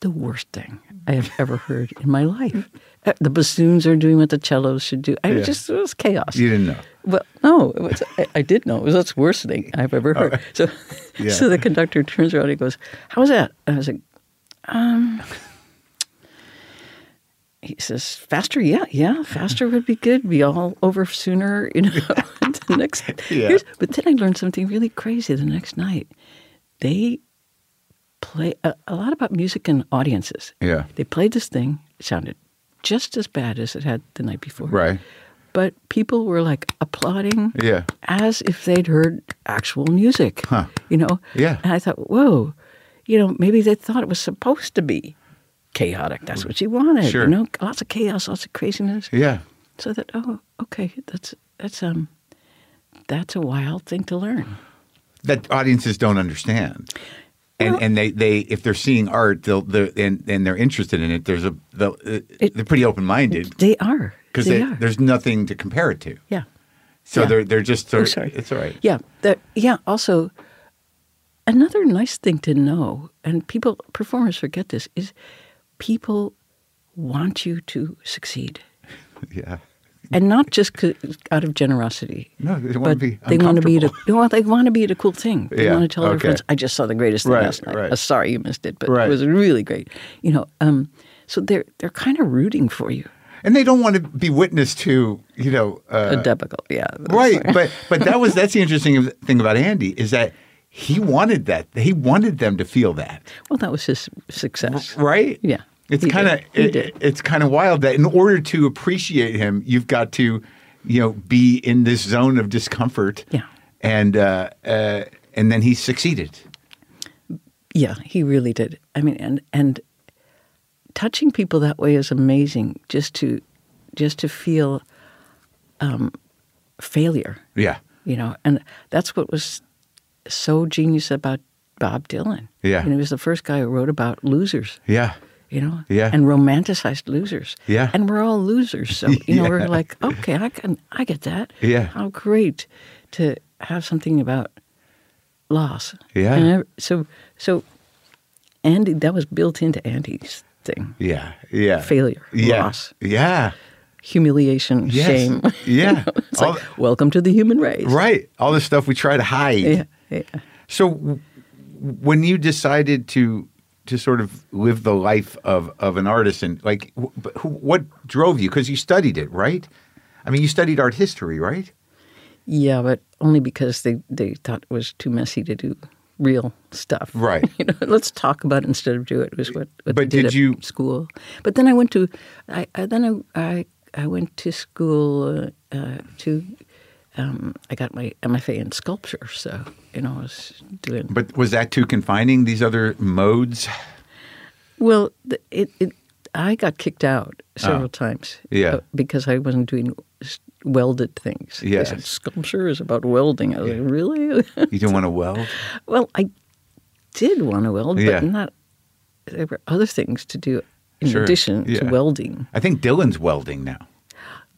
B: the worst thing I have ever heard in my life. Uh, The bassoons are doing what the cellos should do. I
A: Yeah.
B: was just, it was chaos.
A: You didn't know.
B: Well, no, it was, I, I did know. It was that's the worst thing I've ever heard. So,
A: Oh, Yeah.
B: so the conductor turns around and he goes, "How was that?" I was like, um, he says, "Faster, yeah, yeah, faster would be good. Be all over sooner, you know." the next,
A: Yeah.
B: here's- but then I learned something really crazy the next night. They play a, a lot about music and audiences.
A: Yeah.
B: They played this thing, it sounded just as bad as it had the night before
A: Right.
B: but people were like applauding
A: Yeah.
B: as if they'd heard actual music.
A: Huh.
B: You know?
A: Yeah.
B: And I thought, whoa, you know, maybe they thought it was supposed to be chaotic. That's what you wanted.
A: Sure.
B: You know, lots of chaos, lots of craziness.
A: Yeah.
B: So that oh, okay, that's that's um that's a wild thing to learn.
A: That audiences don't understand. And,
B: Well-
A: and they, they if they're seeing art they'll they're, and, and they're interested in it there's a they'll, uh,
B: It-
A: they're pretty open minded
B: They are.
A: because
B: they are.
A: there's nothing to compare it to
B: Yeah.
A: so
B: Yeah.
A: they're they're just sort
B: Oh,
A: of-
B: sorry.
A: it's all right
B: Yeah. That, yeah. Also, another nice thing to know, and people, performers forget this, is people want you to succeed.
A: yeah
B: And not just 'cause- out of generosity.
A: no they want
B: But
A: to be
B: they want to be at a,
A: uncomfortable.
B: you know, they want to be at a cool thing. They
A: Yeah,
B: want to tell their
A: okay.
B: friends, "I just saw the greatest thing
A: Right,
B: last night.
A: right.
B: Uh, sorry you missed it, but
A: Right.
B: it was really great." You know, um, so they're they're kind of rooting for you.
A: and they don't want to be witness to you know uh,
B: A debacle, yeah,
A: right but but that was that's the interesting thing about andy is that he wanted that he wanted them to feel that
B: Well, that was his success.
A: right
B: Yeah,
A: it's
B: he did.
A: kind of
B: He
A: it,
B: did.
A: it's kind of wild that in order to appreciate him you've got to you know be in this zone of discomfort
B: Yeah.
A: and uh, uh, and then he succeeded
B: Yeah, he really did. I mean, and and touching people that way is amazing. Just to just to feel um, failure,
A: yeah
B: you know, and that's what was so genius about Bob Dylan.
A: Yeah.
B: and he was the first guy who wrote about losers.
A: yeah
B: You know,
A: Yeah.
B: and romanticized losers.
A: Yeah.
B: and we're all losers. So you know,
A: Yeah.
B: we're like, okay, I can, I get that.
A: Yeah.
B: how great to have something about loss.
A: Yeah.
B: And I- so so Andy, that was built into Andy's thing:
A: yeah yeah
B: Failure,
A: yeah
B: loss.
A: yeah
B: humiliation,
A: Yes.
B: shame.
A: yeah
B: It's
A: All-
B: like, welcome to the human race.
A: right all the stuff we try to hide
B: Yeah. yeah.
A: So, w- when you decided to to sort of live the life of of an artisan, like wh- but who, what drove you? Because you studied it, right? I mean, you studied art history, right?
B: Yeah, but only because they, they thought it was too messy to do real stuff.
A: Right.
B: you know, let's talk about it instead of do it was what, what
A: But
B: they did,
A: did
B: at
A: you-
B: school. But then I went to I, I then I, I I went to school uh, uh, to um, I got my MFA in sculpture, so you know I was doing
A: But was that too confining? These other modes?
B: Well, th- it, it I got kicked out several
A: Oh.
B: times.
A: Yeah.
B: uh, because I wasn't doing s- welded things. They said,
A: Yes.
B: sculpture is about welding. I was like, really?
A: You didn't want to weld?
B: well, I did want to weld,
A: Yeah.
B: but not. There were other things to do in
A: Sure.
B: addition
A: Yeah.
B: to welding.
A: I think Dylan's welding now.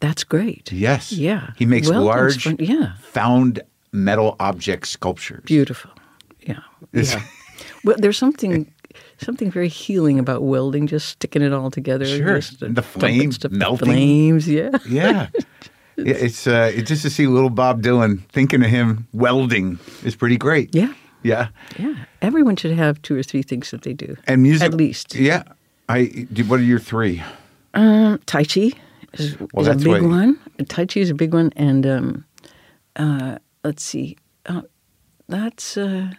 B: That's great.
A: Yes.
B: Yeah.
A: He makes
B: Welding's
A: large,
B: fun- Yeah.
A: found metal object sculptures.
B: Beautiful. Yeah.
A: It's-
B: yeah. well, there's something something very healing about welding, just sticking it all together.
A: Sure.
B: Just
A: And the
B: dumping
A: flame
B: stuff-
A: melting.
B: Flames, yeah.
A: Yeah. Yeah, it's uh, it's just to see little Bob Dylan thinking of him welding is pretty great.
B: Yeah.
A: yeah.
B: Yeah. Everyone should have two or three things that they do.
A: and music
B: At least.
A: Yeah, I. What are your three?
B: Um, tai Chi is,
A: Well,
B: is a
A: that's
B: big
A: what-
B: one. Tai Chi is a big one. And um, uh, let's see. Uh, that's uh,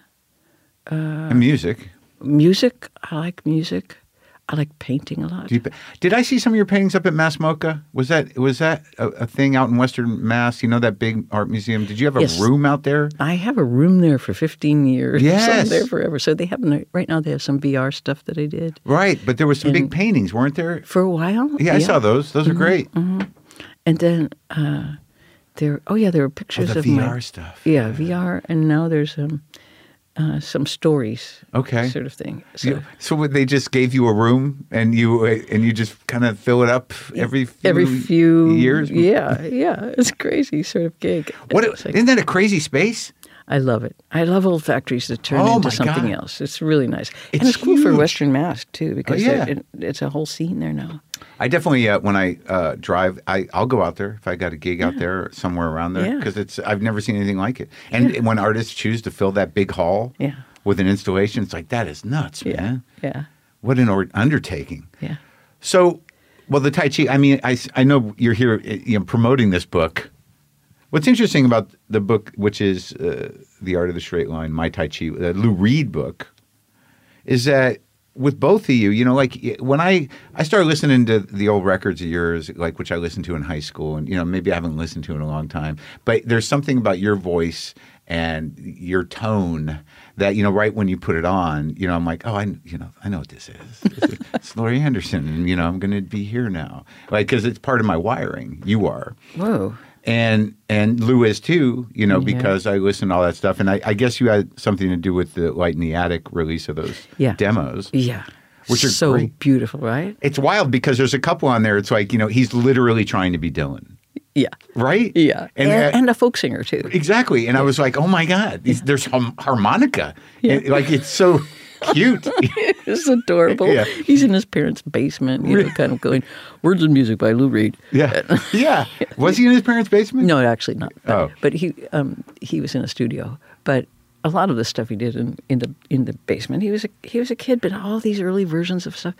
A: music.
B: music. I like music. I like painting a lot.
A: Do you, pa- did I see some of your paintings up at Mass Mocha? Was that was that a, a thing out in Western Mass? You know that big art museum. Did you have a
B: Yes.
A: room out there?
B: I have a room there for 15 years.
A: Yes.
B: I'm there forever. So they have, right now, they have some VR stuff that I did.
A: Right, but there was some big
B: And-
A: paintings, weren't there?
B: For a while.
A: Yeah, I saw those.
B: Mm-hmm.
A: Those are great.
B: And then uh, there, oh yeah, there were
A: Oh,
B: pictures
A: the
B: of
A: VR
B: my
A: stuff.
B: Yeah, VR, and now there's um, uh, some stories.
A: Okay.
B: Sort of thing. So
A: You- so what, they just gave you a room and you uh, and you just kind of fill it up every few
B: every few
A: years.
B: Yeah, yeah, it's crazy sort of gig.
A: What
B: It's like-
A: isn't that a crazy space?
B: I love it. I love old factories that turn
A: Oh, my
B: into something
A: God.
B: else. It's really nice.
A: It's
B: and it's cool for
A: huge. Oh,
B: Western Mass, too, because
A: yeah.
B: it, it's a whole scene there now.
A: I definitely uh, when I uh, drive, I I'll go out there if I got a gig out there or somewhere around there
B: Yeah.
A: because it's I've never seen anything like it. And when artists choose to fill that big hall
B: Yeah.
A: with an installation, it's like that is nuts, man.
B: Yeah.
A: What an or- undertaking.
B: Yeah.
A: So, well, the Tai Chi. I mean, I s- I know you're here eh, you know, promoting this book. What's interesting about the book, which is uh, the Art of the Straight Line, my Tai Chi, the Lou Reed book, is that with both of you, you know, like y- when I I started listening to the old records of yours, like which I listened to in high school, and you know maybe I haven't listened to in a long time, but there's something about your voice and your tone that you know right when you put it on, you know I'm like, oh, I you know I know what this is. This is- it's Laurie Anderson, and you know I'm going to be here now, like because it's part of my wiring. You are
B: Whoa.
A: and and Lou is too, you know,
B: Yeah.
A: because I listen to all that stuff, and I, I guess you had something to do with the Light in the Attic release of those
B: Yeah.
A: demos.
B: Yeah.
A: Which are
B: so
A: great.
B: beautiful, right?
A: It's wild because there's a couple on there. It's like you know he's literally trying to be Dylan,
B: Yeah.
A: right?
B: Yeah.
A: and,
B: And, and, a folk singer, too.
A: exactly. And I was like, oh my god, these- there's hum- harmonica, And, like it's so cute.
B: It's adorable.
A: Yeah.
B: He's in his parents' basement, you know, kind of going, Words and Music by Lou Reed.
A: yeah, yeah. Was he in his parents' basement?
B: No, actually not. But,
A: Oh.
B: but he um, he was in a studio. But a lot of the stuff he did in, in the in the basement. He was a, he was a kid, but all these early versions of stuff.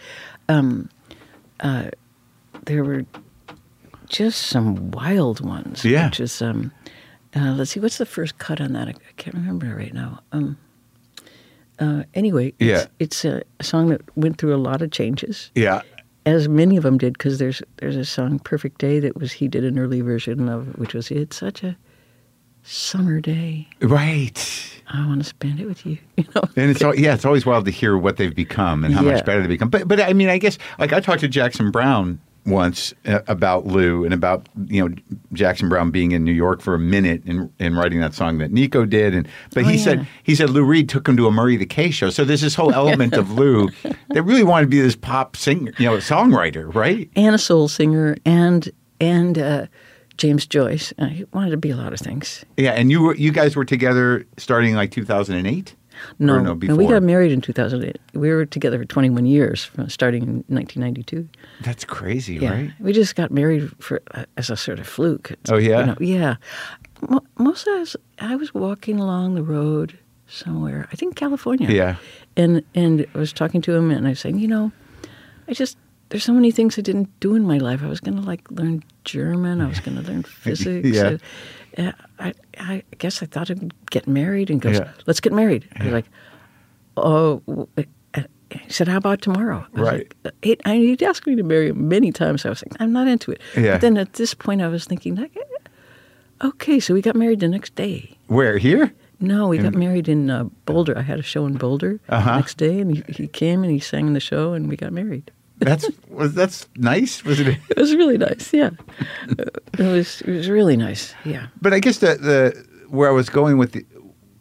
B: Um, uh, there were just some wild ones.
A: Yeah.
B: Which is um, uh, let's see, what's the first cut on that? I, I can't remember it right now. Um, uh, anyway,
A: Yeah.
B: it's, it's a, a song that went through a lot of changes
A: Yeah,
B: as many of them did, because there's there's a song "Perfect Day" that was he did an early version of, which was "It's such a summer day,
A: right.
B: I want to spend it with you." You know,
A: And it's all, yeah, it's always wild to hear what they've become and how
B: Yeah.
A: much better they become. But but I mean, I guess like I talked to Jackson Brown once uh, about Lou and about you know Jackson Brown being in New York for a minute and and writing that song that Nico did. And but
B: Oh,
A: he
B: yeah.
A: said he said Lou Reed took him to a Murray the K show. So there's this whole element of Lou that really wanted to be this pop singer, you know, songwriter, right?
B: and a soul singer, and and uh, James Joyce. Uh, he wanted to be a lot of things.
A: Yeah. And you were you guys were together starting like 2008.
B: No,
A: no,
B: no, we
A: before.
B: got married in 2008. We were together for 21 years, from starting in 1992.
A: That's crazy,
B: Yeah,
A: right?
B: we just got married for uh, as a sort of fluke. It's-
A: Oh, yeah?
B: you know, yeah. Mo- Most of us, I was walking along the road somewhere, I think California.
A: Yeah.
B: and and I was talking to him, and I was saying, you know, I just there's so many things I didn't do in my life. I was going to like learn German. I was going to learn physics.
A: Yeah.
B: Uh, I I guess I thought I'd get married, and he goes,
A: Yeah.
B: let's get married. I was like, oh. w- uh, He said, "How about tomorrow?" I was
A: Right.
B: like, he, I, he'd asked me to marry him many times. I was like, I'm not into it.
A: Yeah.
B: But then at this point, I was thinking, like, eh, okay, so we got married the next day.
A: Where here?
B: No, we got married in uh, Boulder. I had a show in Boulder
A: Uh-huh.
B: the next day, and he, he came and he sang in the show, and we got married.
A: That's was that's nice. Was it?
B: It was really nice. Yeah, Uh, it was it was really nice. Yeah,
A: but I guess the the where I was going with the,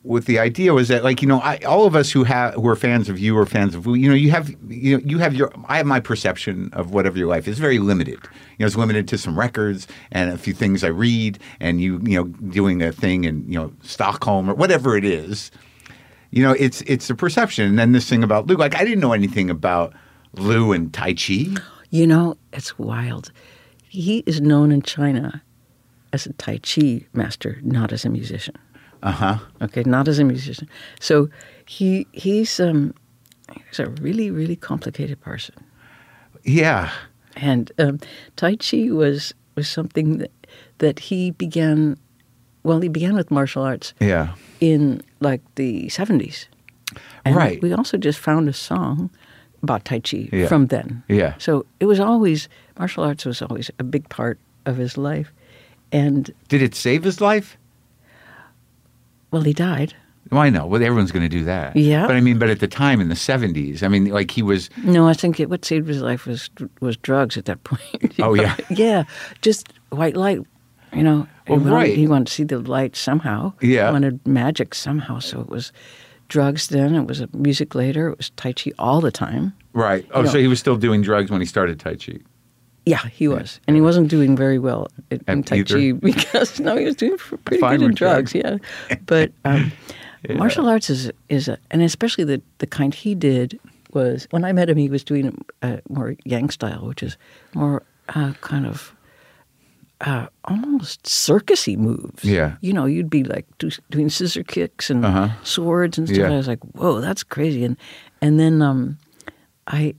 A: with the idea was that like you know I, all of us who have who are fans of you or fans of you know you have you know you have your I have my perception of whatever your life is very limited. You know it's limited to some records and a few things I read and you you know doing a thing in you know Stockholm or whatever it is. You know it's it's a perception and then this thing about Lou like I didn't know anything about Lou and Tai Chi.
B: you know, it's wild. He is known in China as a Tai Chi master, not as a musician.
A: Uh huh.
B: Okay, not as a musician. So he he's um he's a really really complicated person,
A: Yeah.
B: and um, Tai Chi was was something that that he began. Well, he began with martial arts
A: Yeah.
B: in like the seventies,
A: Right.
B: We also just found a song about Tai Chi
A: Yeah.
B: from then.
A: Yeah.
B: So it was always martial arts was always a big part of his life, and
A: Did it save his life?
B: well, he died.
A: Well, I know. Well, everyone's going to do that.
B: Yeah.
A: But I mean, but at the time in the 70s, I mean, like he was,
B: No, I think it, what saved his life was was drugs at that point.
A: Oh, yeah.
B: yeah, just white light. You know,
A: Well,
B: he, wanted,
A: right.
B: he wanted to see the light somehow.
A: Yeah.
B: he wanted magic somehow. So it was drugs then. It was music later. It was tai chi all the time.
A: right. Oh,
B: No.
A: so he was still doing drugs when he started Tai Chi.
B: Yeah, he was, and he wasn't doing very well in, in
A: At
B: Tai Chi
A: either.
B: because no, he was doing f- pretty
A: Fine
B: good in
A: with
B: drugs. Yeah, but um, martial arts is is a, and especially the the kind he did was when I met him, he was doing uh, more Yang style, which is more uh, kind of. Uh, almost circusy moves.
A: Yeah.
B: you know, you'd be like do, doing scissor kicks and
A: Uh-huh.
B: swords and stuff.
A: Yeah.
B: And I was like, "Whoa, that's crazy!" And and then um, I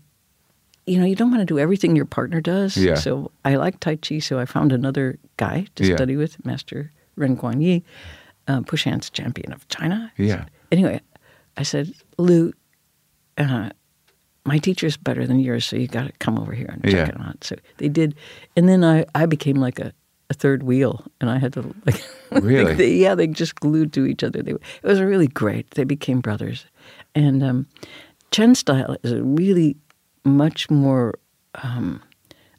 B: you know, you don't want to do everything your partner does.
A: Yeah.
B: So I like Tai Chi, so I found another guy to
A: Yeah.
B: study with, Master Ren Guan Yi, um, Push Hands champion of China.
A: Yeah.
B: Anyway, I said, Lou, uh, my teacher's better than yours, so you got to come over here and check
A: Yeah.
B: it out. So they did. And then I, I became like a, a third wheel, and I had to, like,
A: Really?
B: they- yeah, they just glued to each other. They, it was really great. They became brothers. And um, Chen style is a really much more um,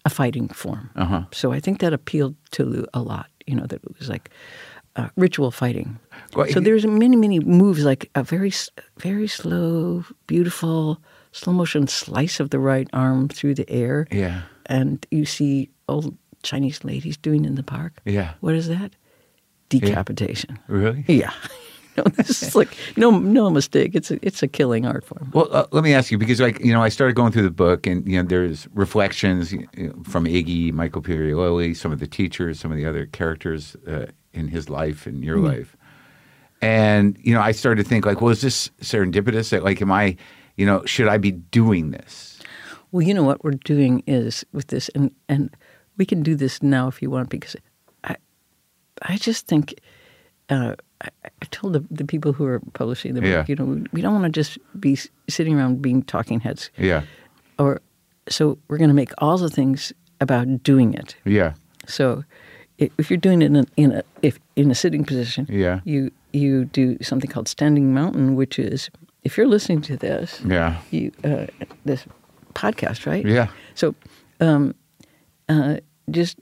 B: a fighting form.
A: Uh-huh.
B: So I think that appealed to Lou a lot, you know, that it was like uh, ritual fighting.
A: Well,
B: so
A: he-
B: there's many, many moves, like a very, s- very slow, beautiful, slow motion slice of the right arm through the air.
A: Yeah.
B: And you see old Chinese ladies doing in the park.
A: Yeah.
B: What is that? Decapitation.
A: Really?
B: Yeah. no, this is like no no mistake. It's a it's a killing art form.
A: Well, uh, let me ask you because, like, you know, I started going through the book, and you know, there's reflections you know, from Iggy, Michael Pirioli, some of the teachers, some of the other characters uh, in his life and your life, and you know, I started to think like, well, is this serendipitous? That, Like, am I, you know, should I be doing this?
B: Well, you know what we're doing is with this, and and we can do this now if you want because I I just think uh, I, I told the, the people who are publishing the book,
A: Yeah.
B: you know, we, we don't want to just be s- sitting around being talking heads,
A: Yeah,
B: or so we're going to make all the things about doing it.
A: yeah,
B: So, i- if you're doing it in a, in a if in a sitting position,
A: Yeah.
B: you you do something called standing mountain, which is if you're listening to this,
A: yeah,
B: you uh, this podcast, right?
A: Yeah.
B: So, um, uh, just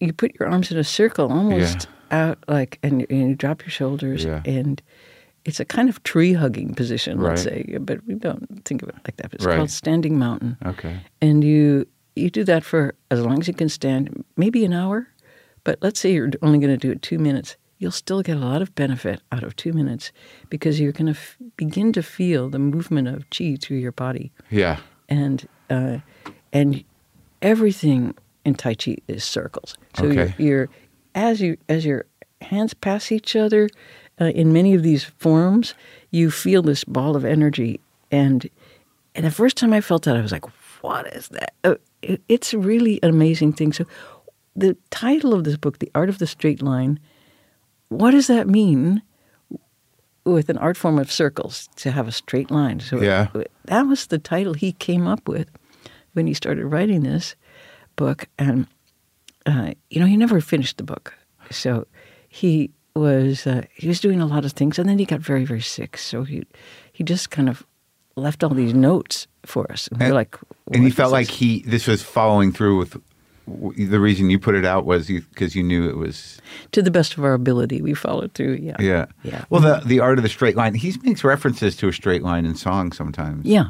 B: you put your arms in a circle, almost out like, and, and you drop your shoulders,
A: Yeah.
B: and it's a kind of tree hugging position, let's
A: Right.
B: say, but we don't think of it like that. But it's
A: Right. Uh.
B: called standing mountain
A: okay,
B: and you you do that for as long as you can stand, maybe an hour. But let's say you're only going to do it two minutes. You'll still get a lot of benefit out of two minutes because you're going to f- begin to feel the movement of chi through your body,
A: yeah,
B: and uh, and everything in tai chi is circles. So
A: Okay.
B: you're, you're as you as your hands pass each other uh, in many of these forms, you feel this ball of energy and and the first time I felt that, I was like, what is that? Uh, it- it's really an amazing thing. So, the title of this book, The Art of the Straight Line, what does that mean with an art form of circles to have a straight line? So,
A: Yeah.
B: that was the title he came up with when he started writing this book. And, uh, you know, he never finished the book. So, he was uh, he was doing a lot of things and then he got very very sick so he he just kind of left all these notes for us. And,
A: And-
B: we're like,
A: and you
B: "What
A: felt
B: is
A: like
B: this?"
A: he this was following through with. w- The reason you put it out was because you knew it was
B: to the best of our ability, we followed through. Yeah.
A: Yeah.
B: Uh, Yeah.
A: Well, the the art of the straight line. He makes references to a straight line in songs sometimes.
B: Yeah.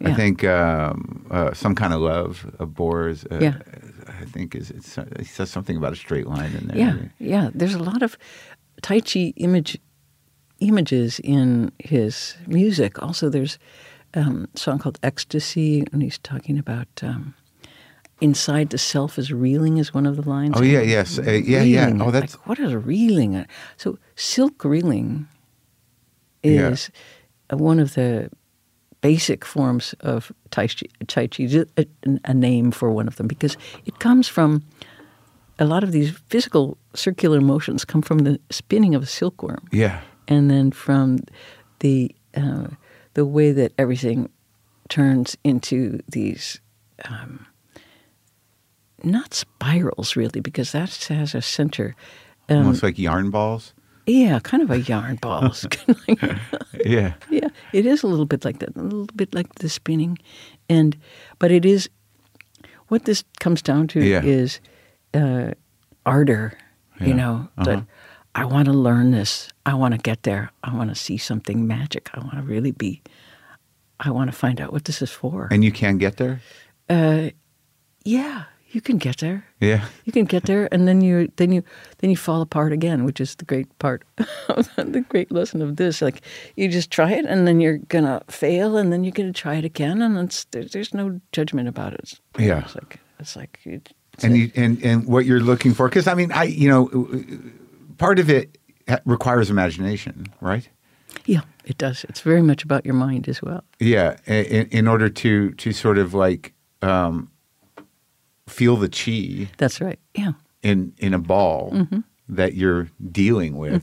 B: yeah.
A: I think um, uh, some kind of love of Boers. Uh,
B: Yeah.
A: I think is it's, uh, he says something about a straight line in there.
B: Yeah. Yeah. There's a lot of Tai Chi image images in his music. Also, there's um, a song called Ecstasy, and he's talking about um, inside the self is reeling, is one of the lines.
A: Oh yeah, yes, uh, yeah, yeah.
B: reeling.
A: Oh,
B: Like,
A: that's
B: what is reeling? So silk reeling
A: Yeah.
B: is uh one of the basic forms of tai chi. Tai chi is a, a name for one of them because it comes from a lot of these physical circular motions come from the spinning of a silkworm
A: yeah,
B: and then from the uh, the way that everything turns into these um, not spirals really because that has a center um,
A: almost like yarn balls.
B: yeah kind of a yarn ball
A: Yeah.
B: yeah it is a little bit like that a little bit like the spinning and but it is what this comes down to
A: Yeah.
B: is uh, ardor
A: Yeah. Uh-huh.
B: you know that i want to learn this i want to get there i want to see something magic i want to really be i want to find out what this is for Uh,
A: And you can get there.
B: yeah, you can get there.
A: Yeah.
B: You can get there, and then you then you then you fall apart again, which is the great part, the great lesson of this. Like you just try it, and then you're gonna fail, and then you're gonna try it again, and it's there, there's no judgment about it.
A: Yeah.
B: it's like it's like it, it's
A: and
B: a-
A: you, and and what you're looking for because i mean i you know uh, part of it ha- requires imagination right
B: yeah, it does. It's very much about your mind as well.
A: yeah in, in order to to sort of like um feel the chi
B: That's right. Yeah,
A: in in a ball
B: Mm-hmm.
A: that you're dealing with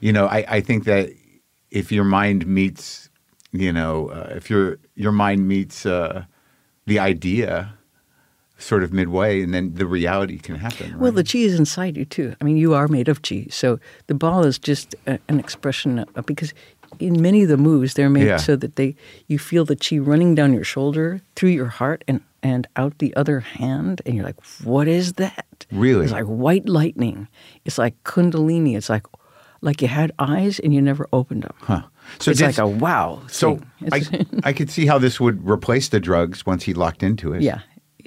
A: you know i i think that if your mind meets you know uh, if your your mind meets uh the idea sort of midway and then the reality can happen
B: Well, the
A: right?
B: chi is inside you too. I mean, you are made of chi, so the ball is just a, an expression of, because in many of the moves they're made
A: Yeah.
B: so that they you feel the chi running down your shoulder through your heart and and out the other hand, and you're like, what is that?
A: Really?
B: it's like white lightning. It's like kundalini. It's like like you had eyes and you never opened them.
A: Huh. so
B: it's
A: this-
B: like a wow.
A: So
B: thing.
A: I,
B: It's-
A: I could see how this would replace the drugs once he locked into it.
B: yeah,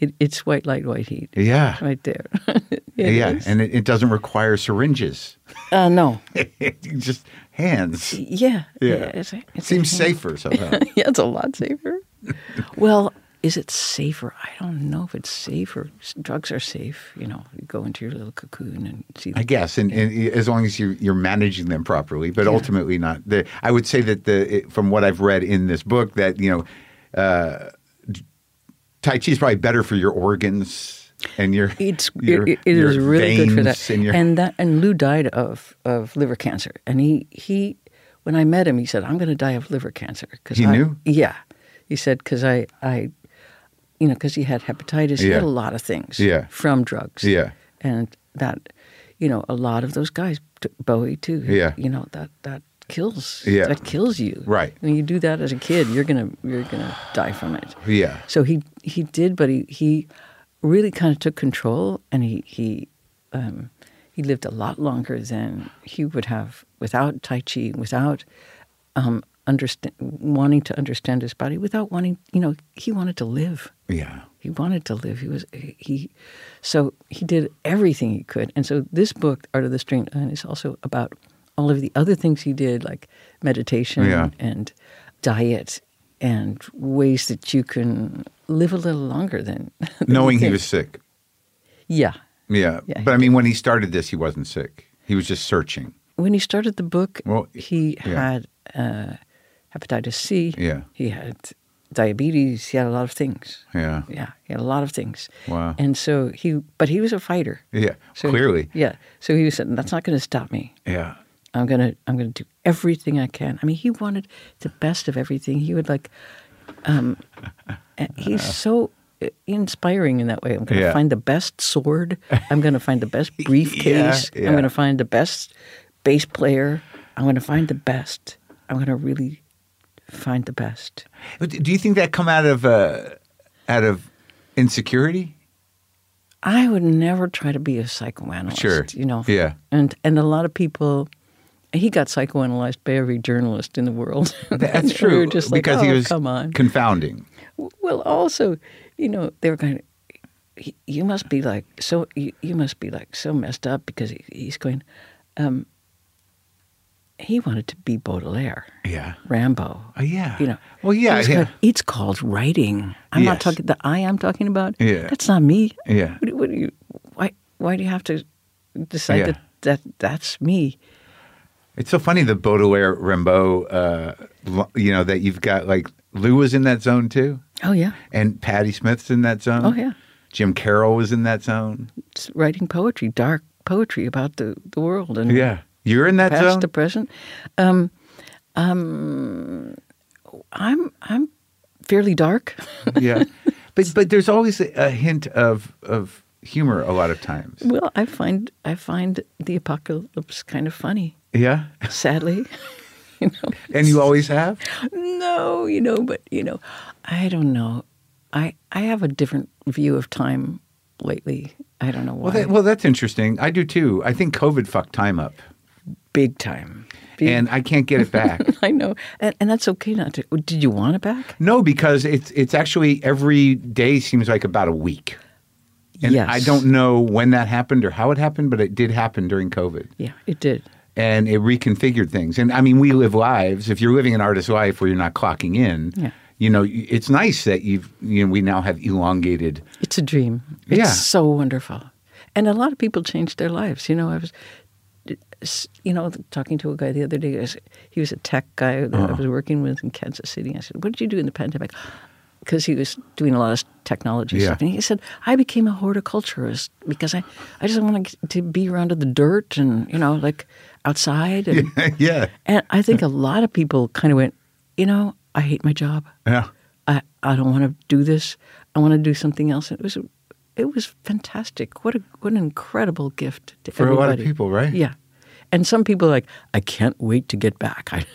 B: it, it's white light, white heat.
A: Yeah.
B: Right there.
A: Yeah.
B: It is.
A: And it, it doesn't require syringes,
B: uh, no.
A: just hands.
B: Yeah.
A: Yeah.
B: It's,
A: It
B: it's-
A: seems safer somehow.
B: yeah, it's a lot safer. well, is it safer? I don't know if it's safer. S- Drugs are safe. You know, you go into your little cocoon and see.
A: I
B: The,
A: guess, and, and as long as you, you're managing them properly, but
B: Yeah.
A: ultimately not. The, I would say that the it- from what I've read in this book that you know, uh, d- Tai Chi is probably better for your organs and your
B: it's
A: your,
B: it, it
A: your
B: is really good for
A: veins
B: that.
A: and your
B: and that and Lou died of of liver cancer. And he he when I met him, he said, "I'm going to die of liver cancer." Because
A: He knew?
B: Yeah, he said because I I. You know, because he had hepatitis, he had
A: Yeah.
B: a lot of things
A: Yeah.
B: from drugs.
A: Yeah.
B: and that, you know, a lot of those guys, t- Bowie too.
A: Yeah.
B: you know that that kills.
A: Yeah.
B: that kills you.
A: Right.
B: When you do that as a kid, you're gonna you're gonna die from it.
A: yeah.
B: So he he did, but he he really kind of took control, and he he um, he lived a lot longer than he would have without tai chi, without um, understand wanting to understand his body, without wanting you know he wanted to live.
A: yeah.
B: He wanted to live. He was he, so he did everything he could. And so this book, Art of the Stream Line, is also about all of the other things he did, like meditation
A: Yeah.
B: and diet and ways that you can live a little longer than than you
A: Knowing he
B: think.
A: was sick.
B: yeah.
A: Yeah.
B: Yeah,
A: but
B: he
A: I mean, when he started this, he wasn't sick. He was just searching.
B: When he started the book,
A: Well,
B: he
A: yeah.
B: had uh, hepatitis C.
A: Yeah.
B: he had diabetes. He had a lot of things.
A: Yeah.
B: Yeah, he had a lot of things.
A: Wow.
B: And so he, but he was a fighter.
A: Yeah.
B: So-
A: clearly.
B: Yeah. So he said, "That's not going to stop me.
A: Yeah.
B: I'm gonna I'm gonna do everything I can." I mean, he wanted the best of everything. He would like, um, and he's so uh, inspiring in that way. I'm gonna
A: Yeah.
B: find the best sword. I'm gonna find the best briefcase.
A: yeah.
B: I'm gonna find the best bass player. I'm gonna find the best. I'm gonna really find the best.
A: But do you think that come out of uh, out of insecurity?
B: I would never try to be a psychoanalyst.
A: Sure.
B: You know.
A: Yeah.
B: And and a lot of people, he got psychoanalyzed by every journalist in the world.
A: That's
B: And we
A: true.
B: were just like,
A: because
B: oh,
A: he was
B: come on.
A: confounding.
B: W- well, also, you know, they were going. "Y- You must be like so. You, you must be like so messed up because he, he's going. Um, he wanted to be Baudelaire,
A: Yeah.
B: Rambo.
A: Oh, yeah.
B: You know.
A: Well, yeah.
B: It's
A: Yeah.
B: called, it's called writing. I'm not
A: Yes.
B: talking the I I'm talking about.
A: Yeah.
B: That's not me.
A: Yeah.
B: What, do- what do you? Why? Why do you have to decide
A: Yeah.
B: that, that that's me?
A: It's so funny the Baudelaire Rimbaud, uh, lo- you know, that you've got like Lou was in that zone too,
B: Oh yeah,
A: and Patti Smith's in that zone.
B: Oh, yeah.
A: Jim Carroll was in that zone.
B: it's writing poetry, dark poetry about the the world and
A: Yeah. You're in that
B: past
A: zone?
B: the present. Um, um, I'm I'm fairly dark.
A: yeah. But but there's always a, a hint of of humor a lot of times.
B: well, I find I find the apocalypse kind of funny.
A: Yeah.
B: Sadly.
A: And you always have?
B: no, you know, but you know, I don't know. I I have a different view of time lately. I don't know why.
A: Well, that, well that's interesting. I do too. I think COVID fucked time up.
B: Big time. Big,
A: And I can't get it back.
B: I know, and, and that's okay not to. Did you want it back?
A: no, because it's it's actually every day seems like about a week. And
B: Yes.
A: I don't know when that happened or how it happened, but it did happen during COVID.
B: Yeah, it did.
A: and it reconfigured things. And I mean, we live lives. If you're living an artist's life where you're not clocking in,
B: Yeah.
A: you know, y- it's nice that you've you know we now have elongated.
B: It's a dream. It's
A: Yeah.
B: so wonderful. And a lot of people changed their lives. You know, I was, s- you know, talking to a guy the other day. I was- He was a tech guy that
A: Uh-huh.
B: I was working with in Kansas City. I said, What did you do in the pandemic? Because he was doing a lot of technology
A: Yeah.
B: stuff. And he said, I became a horticulturist because I, I just wanted to be around in the dirt and, you know, like outside. And,
A: yeah,
B: and I think a lot of people kind of went, You know, I hate my job.
A: yeah,
B: I, I don't want to do this. I want to do something else. It was it was fantastic. What a what an incredible gift to
A: For a lot of
B: everybody.
A: people, right?
B: Yeah, and some people are like I can't wait to get back. I,